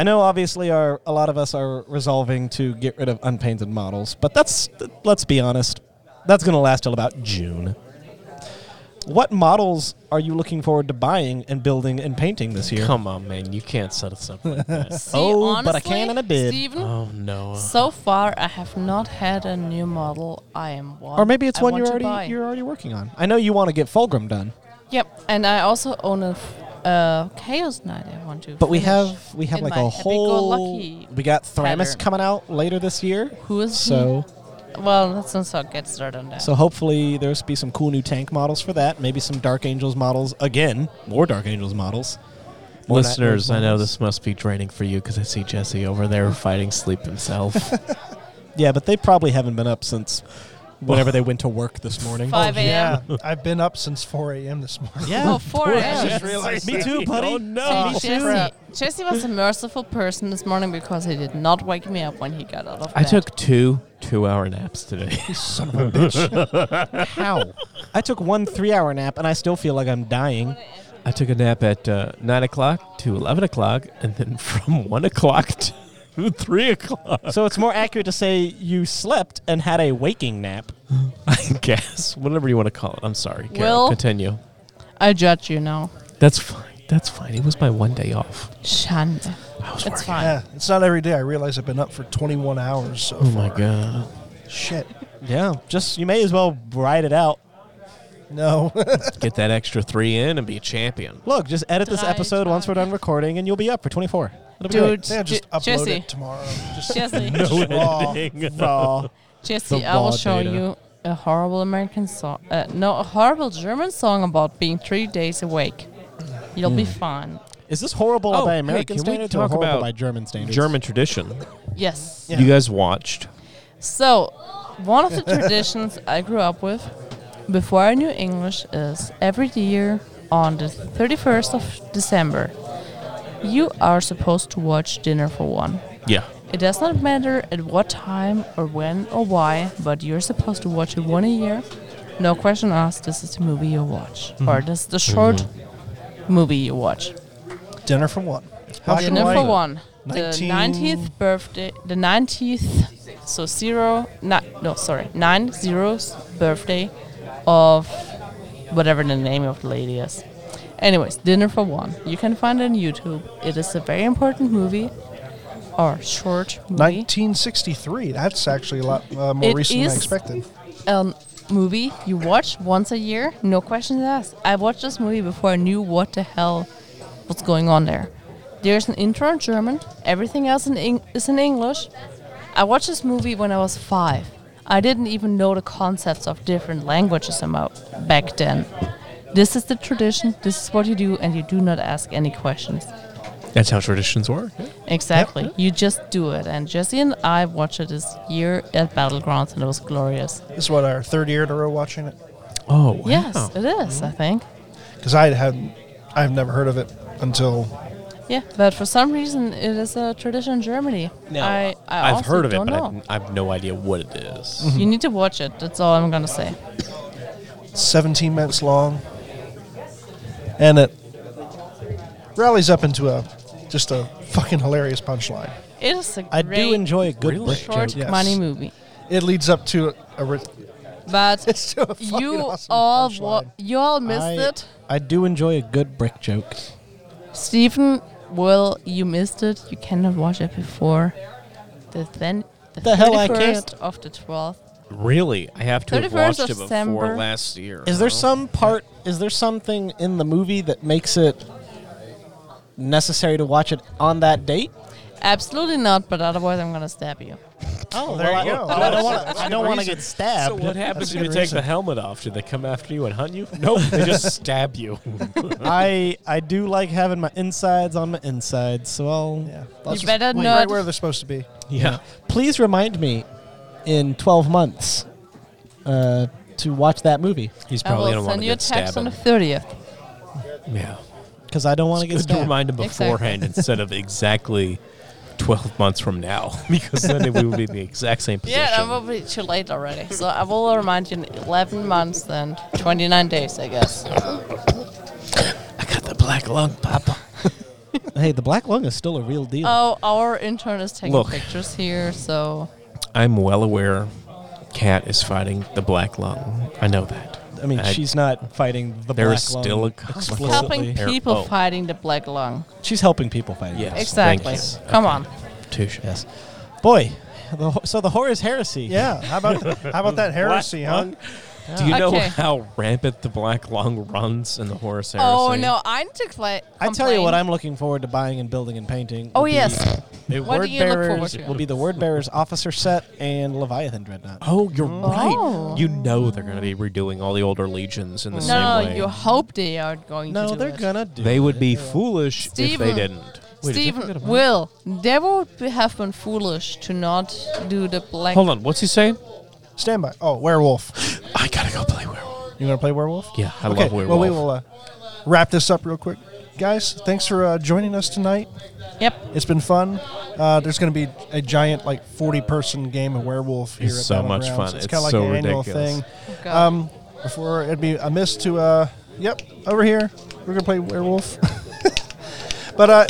Speaker 3: I know obviously our a lot of us are resolving to get rid of unpainted models, but that's th- let's be honest, that's gonna last till about June. What models are you looking forward to buying and building and painting this year?
Speaker 1: Come on, man. You can't set us up like that.
Speaker 4: See,
Speaker 3: Oh, but I
Speaker 4: honestly,
Speaker 3: can and I did.
Speaker 4: Steven,
Speaker 1: oh, no.
Speaker 4: so far I have not had a new model. I am one.
Speaker 3: Or maybe it's
Speaker 4: I
Speaker 3: one
Speaker 4: want
Speaker 3: you're
Speaker 4: to
Speaker 3: already
Speaker 4: buy.
Speaker 3: you're already working on. I know you want to get Fulgrim done,
Speaker 4: Yep, and I also own a f- uh, Chaos Knight. I want to.
Speaker 3: but we
Speaker 4: finish
Speaker 3: have we have
Speaker 4: in
Speaker 3: like
Speaker 4: my
Speaker 3: a whole.
Speaker 4: happy-go-lucky
Speaker 3: We got Thramis
Speaker 4: pattern. Mm-hmm.
Speaker 3: coming out later this year.
Speaker 4: Who is he?
Speaker 3: So
Speaker 4: Well, let's not start- get started on that.
Speaker 3: so hopefully there's be some cool new tank models for that. Maybe some Dark Angels models again. More Dark Angels models. More Night
Speaker 1: Listeners,
Speaker 3: Lords
Speaker 1: I know
Speaker 3: models.
Speaker 1: this must be draining for you because I see Jesse over there fighting sleep himself.
Speaker 3: Yeah, but they probably haven't been up since whenever they went to work this morning.
Speaker 4: 5
Speaker 2: Yeah,
Speaker 4: a.m.
Speaker 2: I've been up since 4 a.m. this morning.
Speaker 4: Oh, 4 a.m.
Speaker 2: just realized
Speaker 3: Me
Speaker 2: that.
Speaker 3: too, buddy.
Speaker 1: Oh, no.
Speaker 4: See, Jesse, Jesse was a merciful person this morning because he did not wake me up when he got out of bed.
Speaker 1: I took two two hour naps today.
Speaker 2: Son of a bitch.
Speaker 3: How? I took one three hour nap and I still feel like I'm dying.
Speaker 1: I took a nap at uh, 9 o'clock to 11 o'clock, and then from 1 o'clock to 3 o'clock.
Speaker 3: So it's more accurate to say you slept and had a waking nap.
Speaker 1: I guess. Whatever you want to call it. I'm sorry. Carol,
Speaker 4: Will?
Speaker 1: continue.
Speaker 4: I judge you now.
Speaker 1: That's fine. That's fine. It was my one day off.
Speaker 4: Shanda.
Speaker 1: I was
Speaker 4: It's
Speaker 1: working.
Speaker 4: fine.
Speaker 2: Yeah, it's not every day. I realize I've been up for 21 hours. So
Speaker 1: Oh my god.
Speaker 2: shit.
Speaker 3: Yeah, just you may as well ride it out.
Speaker 2: No.
Speaker 1: Get that extra three in and be a champion.
Speaker 3: Look, just edit this
Speaker 4: Try,
Speaker 3: episode
Speaker 4: try.
Speaker 3: once we're done recording, and you'll be up for 24. It'll be
Speaker 4: Dude,
Speaker 2: yeah, just
Speaker 4: Je-
Speaker 2: upload
Speaker 4: Jesse.
Speaker 2: it tomorrow. Just
Speaker 4: Jesse,
Speaker 2: just raw.
Speaker 1: Editing.
Speaker 3: raw.
Speaker 4: Jesse,
Speaker 6: The
Speaker 4: I will
Speaker 6: raw
Speaker 4: show
Speaker 6: data.
Speaker 4: you a horrible American song. Uh, no, a horrible German song about being three days awake. You'll be fine.
Speaker 3: Is this horrible
Speaker 1: Oh,
Speaker 3: by
Speaker 1: hey, can
Speaker 3: American
Speaker 1: we
Speaker 3: standards
Speaker 1: talk
Speaker 3: or horrible
Speaker 1: about
Speaker 3: by German standards?
Speaker 1: German tradition.
Speaker 4: Yes.
Speaker 2: Yeah.
Speaker 1: You guys watched.
Speaker 4: So, one of the traditions I grew up with before I knew English is every year on the 31st of December, you are supposed to watch Dinner for One.
Speaker 1: Yeah.
Speaker 4: It does not matter at what time or when or why, but you're supposed to watch it one a year. No question asked, this is the movie you watch, or this is the short movie you watch.
Speaker 2: Dinner for one. Black and
Speaker 4: Dinner
Speaker 2: white.
Speaker 4: for one. The
Speaker 2: 19
Speaker 4: nineteenth birthday, the nineteenth, so zero, ni- no, sorry, nine zeros birthday of whatever the name of the lady is. Anyways, dinner for one. You can find it on YouTube. It is a very important movie or short movie.
Speaker 2: 1963. That's actually a lot uh, more
Speaker 4: It
Speaker 2: recent than I
Speaker 4: is-
Speaker 2: expected.
Speaker 4: um, movie you watch once a year, no questions asked. I watched this movie before I knew what the hell was going on there. There's an intro in German, everything else in Eng- is in English. I watched this movie when I was five. I didn't even know the concepts of different languages about back then. This is the tradition, this is what you do, and you do not ask any questions.
Speaker 1: That's how traditions work.
Speaker 4: Exactly. You just do it. And Jesse and I watched it this year at Battlegrounds, and it was glorious.
Speaker 2: This is what our third year in a row watching it
Speaker 1: Oh, wow.
Speaker 4: Yes, it is, I think.
Speaker 2: because I had I've never heard of it until
Speaker 4: Yeah, but for some reason it is a tradition in Germany. I, I
Speaker 1: have
Speaker 4: also
Speaker 1: heard of it,
Speaker 4: don't
Speaker 1: but
Speaker 4: know.
Speaker 1: I've, I've no idea what it is.
Speaker 4: You need to watch it. That's all I'm gonna say.
Speaker 2: 17 minutes long, and it rallies up into a just a fucking hilarious punchline.
Speaker 4: It is a
Speaker 3: I
Speaker 4: great
Speaker 3: do enjoy a good
Speaker 1: Really?
Speaker 3: brick
Speaker 4: short
Speaker 3: joke.
Speaker 2: yes.
Speaker 4: money movie.
Speaker 2: It leads up to a, ri-
Speaker 4: But
Speaker 2: it's to a fucking
Speaker 4: you
Speaker 2: awesome
Speaker 4: all
Speaker 2: punchline.
Speaker 4: wa- you all missed
Speaker 3: I,
Speaker 4: it.
Speaker 3: I do enjoy a good brick joke.
Speaker 4: Stephen, well, you missed it. You cannot watch it before the then the,
Speaker 3: The hell I
Speaker 4: 31st
Speaker 3: can't.
Speaker 4: of the twelfth.
Speaker 1: Really? I have to have
Speaker 4: 31st
Speaker 1: watched
Speaker 4: of
Speaker 1: it before
Speaker 4: December.
Speaker 1: last year.
Speaker 3: Is there
Speaker 1: huh?
Speaker 3: some part? Is there something in the movie that makes it necessary to watch it on that date?
Speaker 4: Absolutely not. But otherwise, I'm gonna stab you.
Speaker 3: Oh,
Speaker 2: there
Speaker 3: well,
Speaker 2: you
Speaker 3: I,
Speaker 2: go.
Speaker 3: well, I don't
Speaker 2: That's-
Speaker 3: want.
Speaker 2: that's
Speaker 3: I
Speaker 2: good
Speaker 3: don't want to
Speaker 2: reason.
Speaker 3: get stabbed.
Speaker 1: So what happens if
Speaker 2: That's a
Speaker 1: you
Speaker 2: good
Speaker 1: take
Speaker 2: reason.
Speaker 1: the helmet off? Do they come after you and hunt you? Nope, they just stab you.
Speaker 3: I I do like having my insides on my insides, so I'll.
Speaker 2: Yeah.
Speaker 3: I'll
Speaker 4: You
Speaker 3: just-
Speaker 4: better
Speaker 2: Right,
Speaker 4: not.
Speaker 2: where they're supposed to be.
Speaker 1: yeah.
Speaker 3: Please remind me in 12 months uh, to watch that movie
Speaker 1: He's
Speaker 4: I
Speaker 1: probably going
Speaker 4: will
Speaker 1: to want
Speaker 4: send
Speaker 1: to
Speaker 4: you a
Speaker 1: get
Speaker 4: text on the
Speaker 1: stabbed.
Speaker 4: thirtieth.
Speaker 1: Yeah.
Speaker 3: because I don't want to get
Speaker 1: It's good to
Speaker 3: stabbed.
Speaker 1: remind him
Speaker 4: Exactly.
Speaker 1: beforehand instead of exactly 12 months from now because then we would be in the exact same position.
Speaker 4: Yeah, that will be too late already. So I will remind you in 11 months and 29 days, I guess.
Speaker 1: I got the black lung, Papa.
Speaker 3: hey, the black lung is still a real deal.
Speaker 4: Oh, our intern is taking
Speaker 1: Look.
Speaker 4: pictures here, so
Speaker 1: I'm well aware Kat is fighting the black lung. I know that.
Speaker 3: I mean,
Speaker 1: I-
Speaker 3: she's not fighting the
Speaker 1: There
Speaker 3: black
Speaker 1: is
Speaker 3: lung.
Speaker 1: still a conflict.
Speaker 3: explicitly.
Speaker 4: helping
Speaker 1: Absolutely.
Speaker 4: people
Speaker 1: Oh.
Speaker 4: fighting the black lung.
Speaker 3: She's helping people fight.
Speaker 1: Yes. thank
Speaker 4: Exactly.
Speaker 1: you.
Speaker 4: Come on.
Speaker 1: Touche.
Speaker 3: Yes. Boy, the, ho- so the horror's heresy.
Speaker 2: Yeah. How about how about that heresy, huh?
Speaker 1: Do you know
Speaker 4: Okay.
Speaker 1: how rampant the black lung runs in the horse heresy?
Speaker 4: Oh, no, I need to cla-
Speaker 3: I tell you what,
Speaker 4: complain.
Speaker 3: I'm looking forward to buying and building and painting.
Speaker 4: Oh,
Speaker 3: will be
Speaker 4: yes.
Speaker 3: The
Speaker 4: What
Speaker 3: word
Speaker 4: do you look forward
Speaker 3: bearers
Speaker 4: to?
Speaker 3: will be the word bearers officer set and Leviathan dreadnought.
Speaker 1: Oh, you're
Speaker 4: Oh.
Speaker 1: right. You know they're going to be redoing all the older legions in the same
Speaker 4: No,
Speaker 1: way.
Speaker 4: you hope they are going to
Speaker 3: No,
Speaker 4: do
Speaker 3: they're
Speaker 4: it.
Speaker 3: gonna do.
Speaker 1: they would
Speaker 3: it.
Speaker 1: be foolish if they
Speaker 4: Steven.
Speaker 1: didn't.
Speaker 4: Stephen, Will, they would be- have been foolish to not do the black.
Speaker 1: Hold on, what's he saying?
Speaker 2: Stand by. Oh, werewolf.
Speaker 1: I gotta go play werewolf.
Speaker 2: You want to play werewolf?
Speaker 1: Yeah, I
Speaker 2: okay.
Speaker 1: love werewolf.
Speaker 2: Well, we will uh, wrap this up real quick, guys. Thanks for uh, joining us tonight.
Speaker 4: Yep.
Speaker 2: It's been fun. Uh, there's going to be a giant, like, 40 person game of werewolf here.
Speaker 1: It's
Speaker 2: at
Speaker 1: so much
Speaker 2: Battlegrounds.
Speaker 1: fun.
Speaker 2: It's
Speaker 1: It's
Speaker 2: kind of like
Speaker 1: so
Speaker 2: an annual
Speaker 1: ridiculous.
Speaker 2: thing.
Speaker 4: God.
Speaker 2: Um, before it'd be amiss to, uh, yep, over here. We're gonna play werewolf. but uh,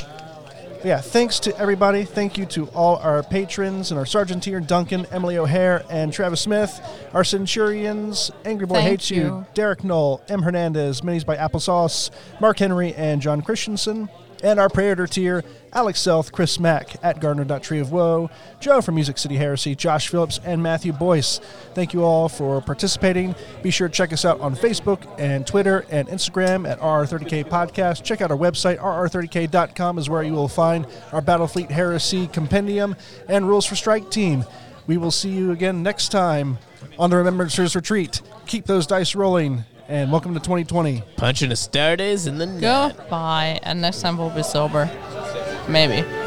Speaker 2: yeah, thanks to everybody. Thank you to all our patrons and our sergeant here, Duncan, Emily O'Hare, and Travis Smith. Our centurions, Angry Boy
Speaker 4: Thank
Speaker 2: Hates you.
Speaker 4: you.
Speaker 2: Derek Knoll, M. Hernandez, Minis by Applesauce, Mark Henry, and John Christensen. And our Praetor tier, Alex South, Chris Mack, at Gardner.Tree of Woe, Joe from Music City Heresy, Josh Phillips, and Matthew Boyce. Thank you all for participating. Be sure to check us out on Facebook and Twitter and Instagram at RR30K Podcast. Check out our website, RR30K.com, is where you will find our Battlefleet Heresy Compendium and Rules for Strike Team. We will see you again next time on the Remembrancers Retreat. Keep those dice rolling, and welcome to 2020.
Speaker 1: Punching a Stardust in the
Speaker 4: Goodbye. And next time we'll be sober. Maybe.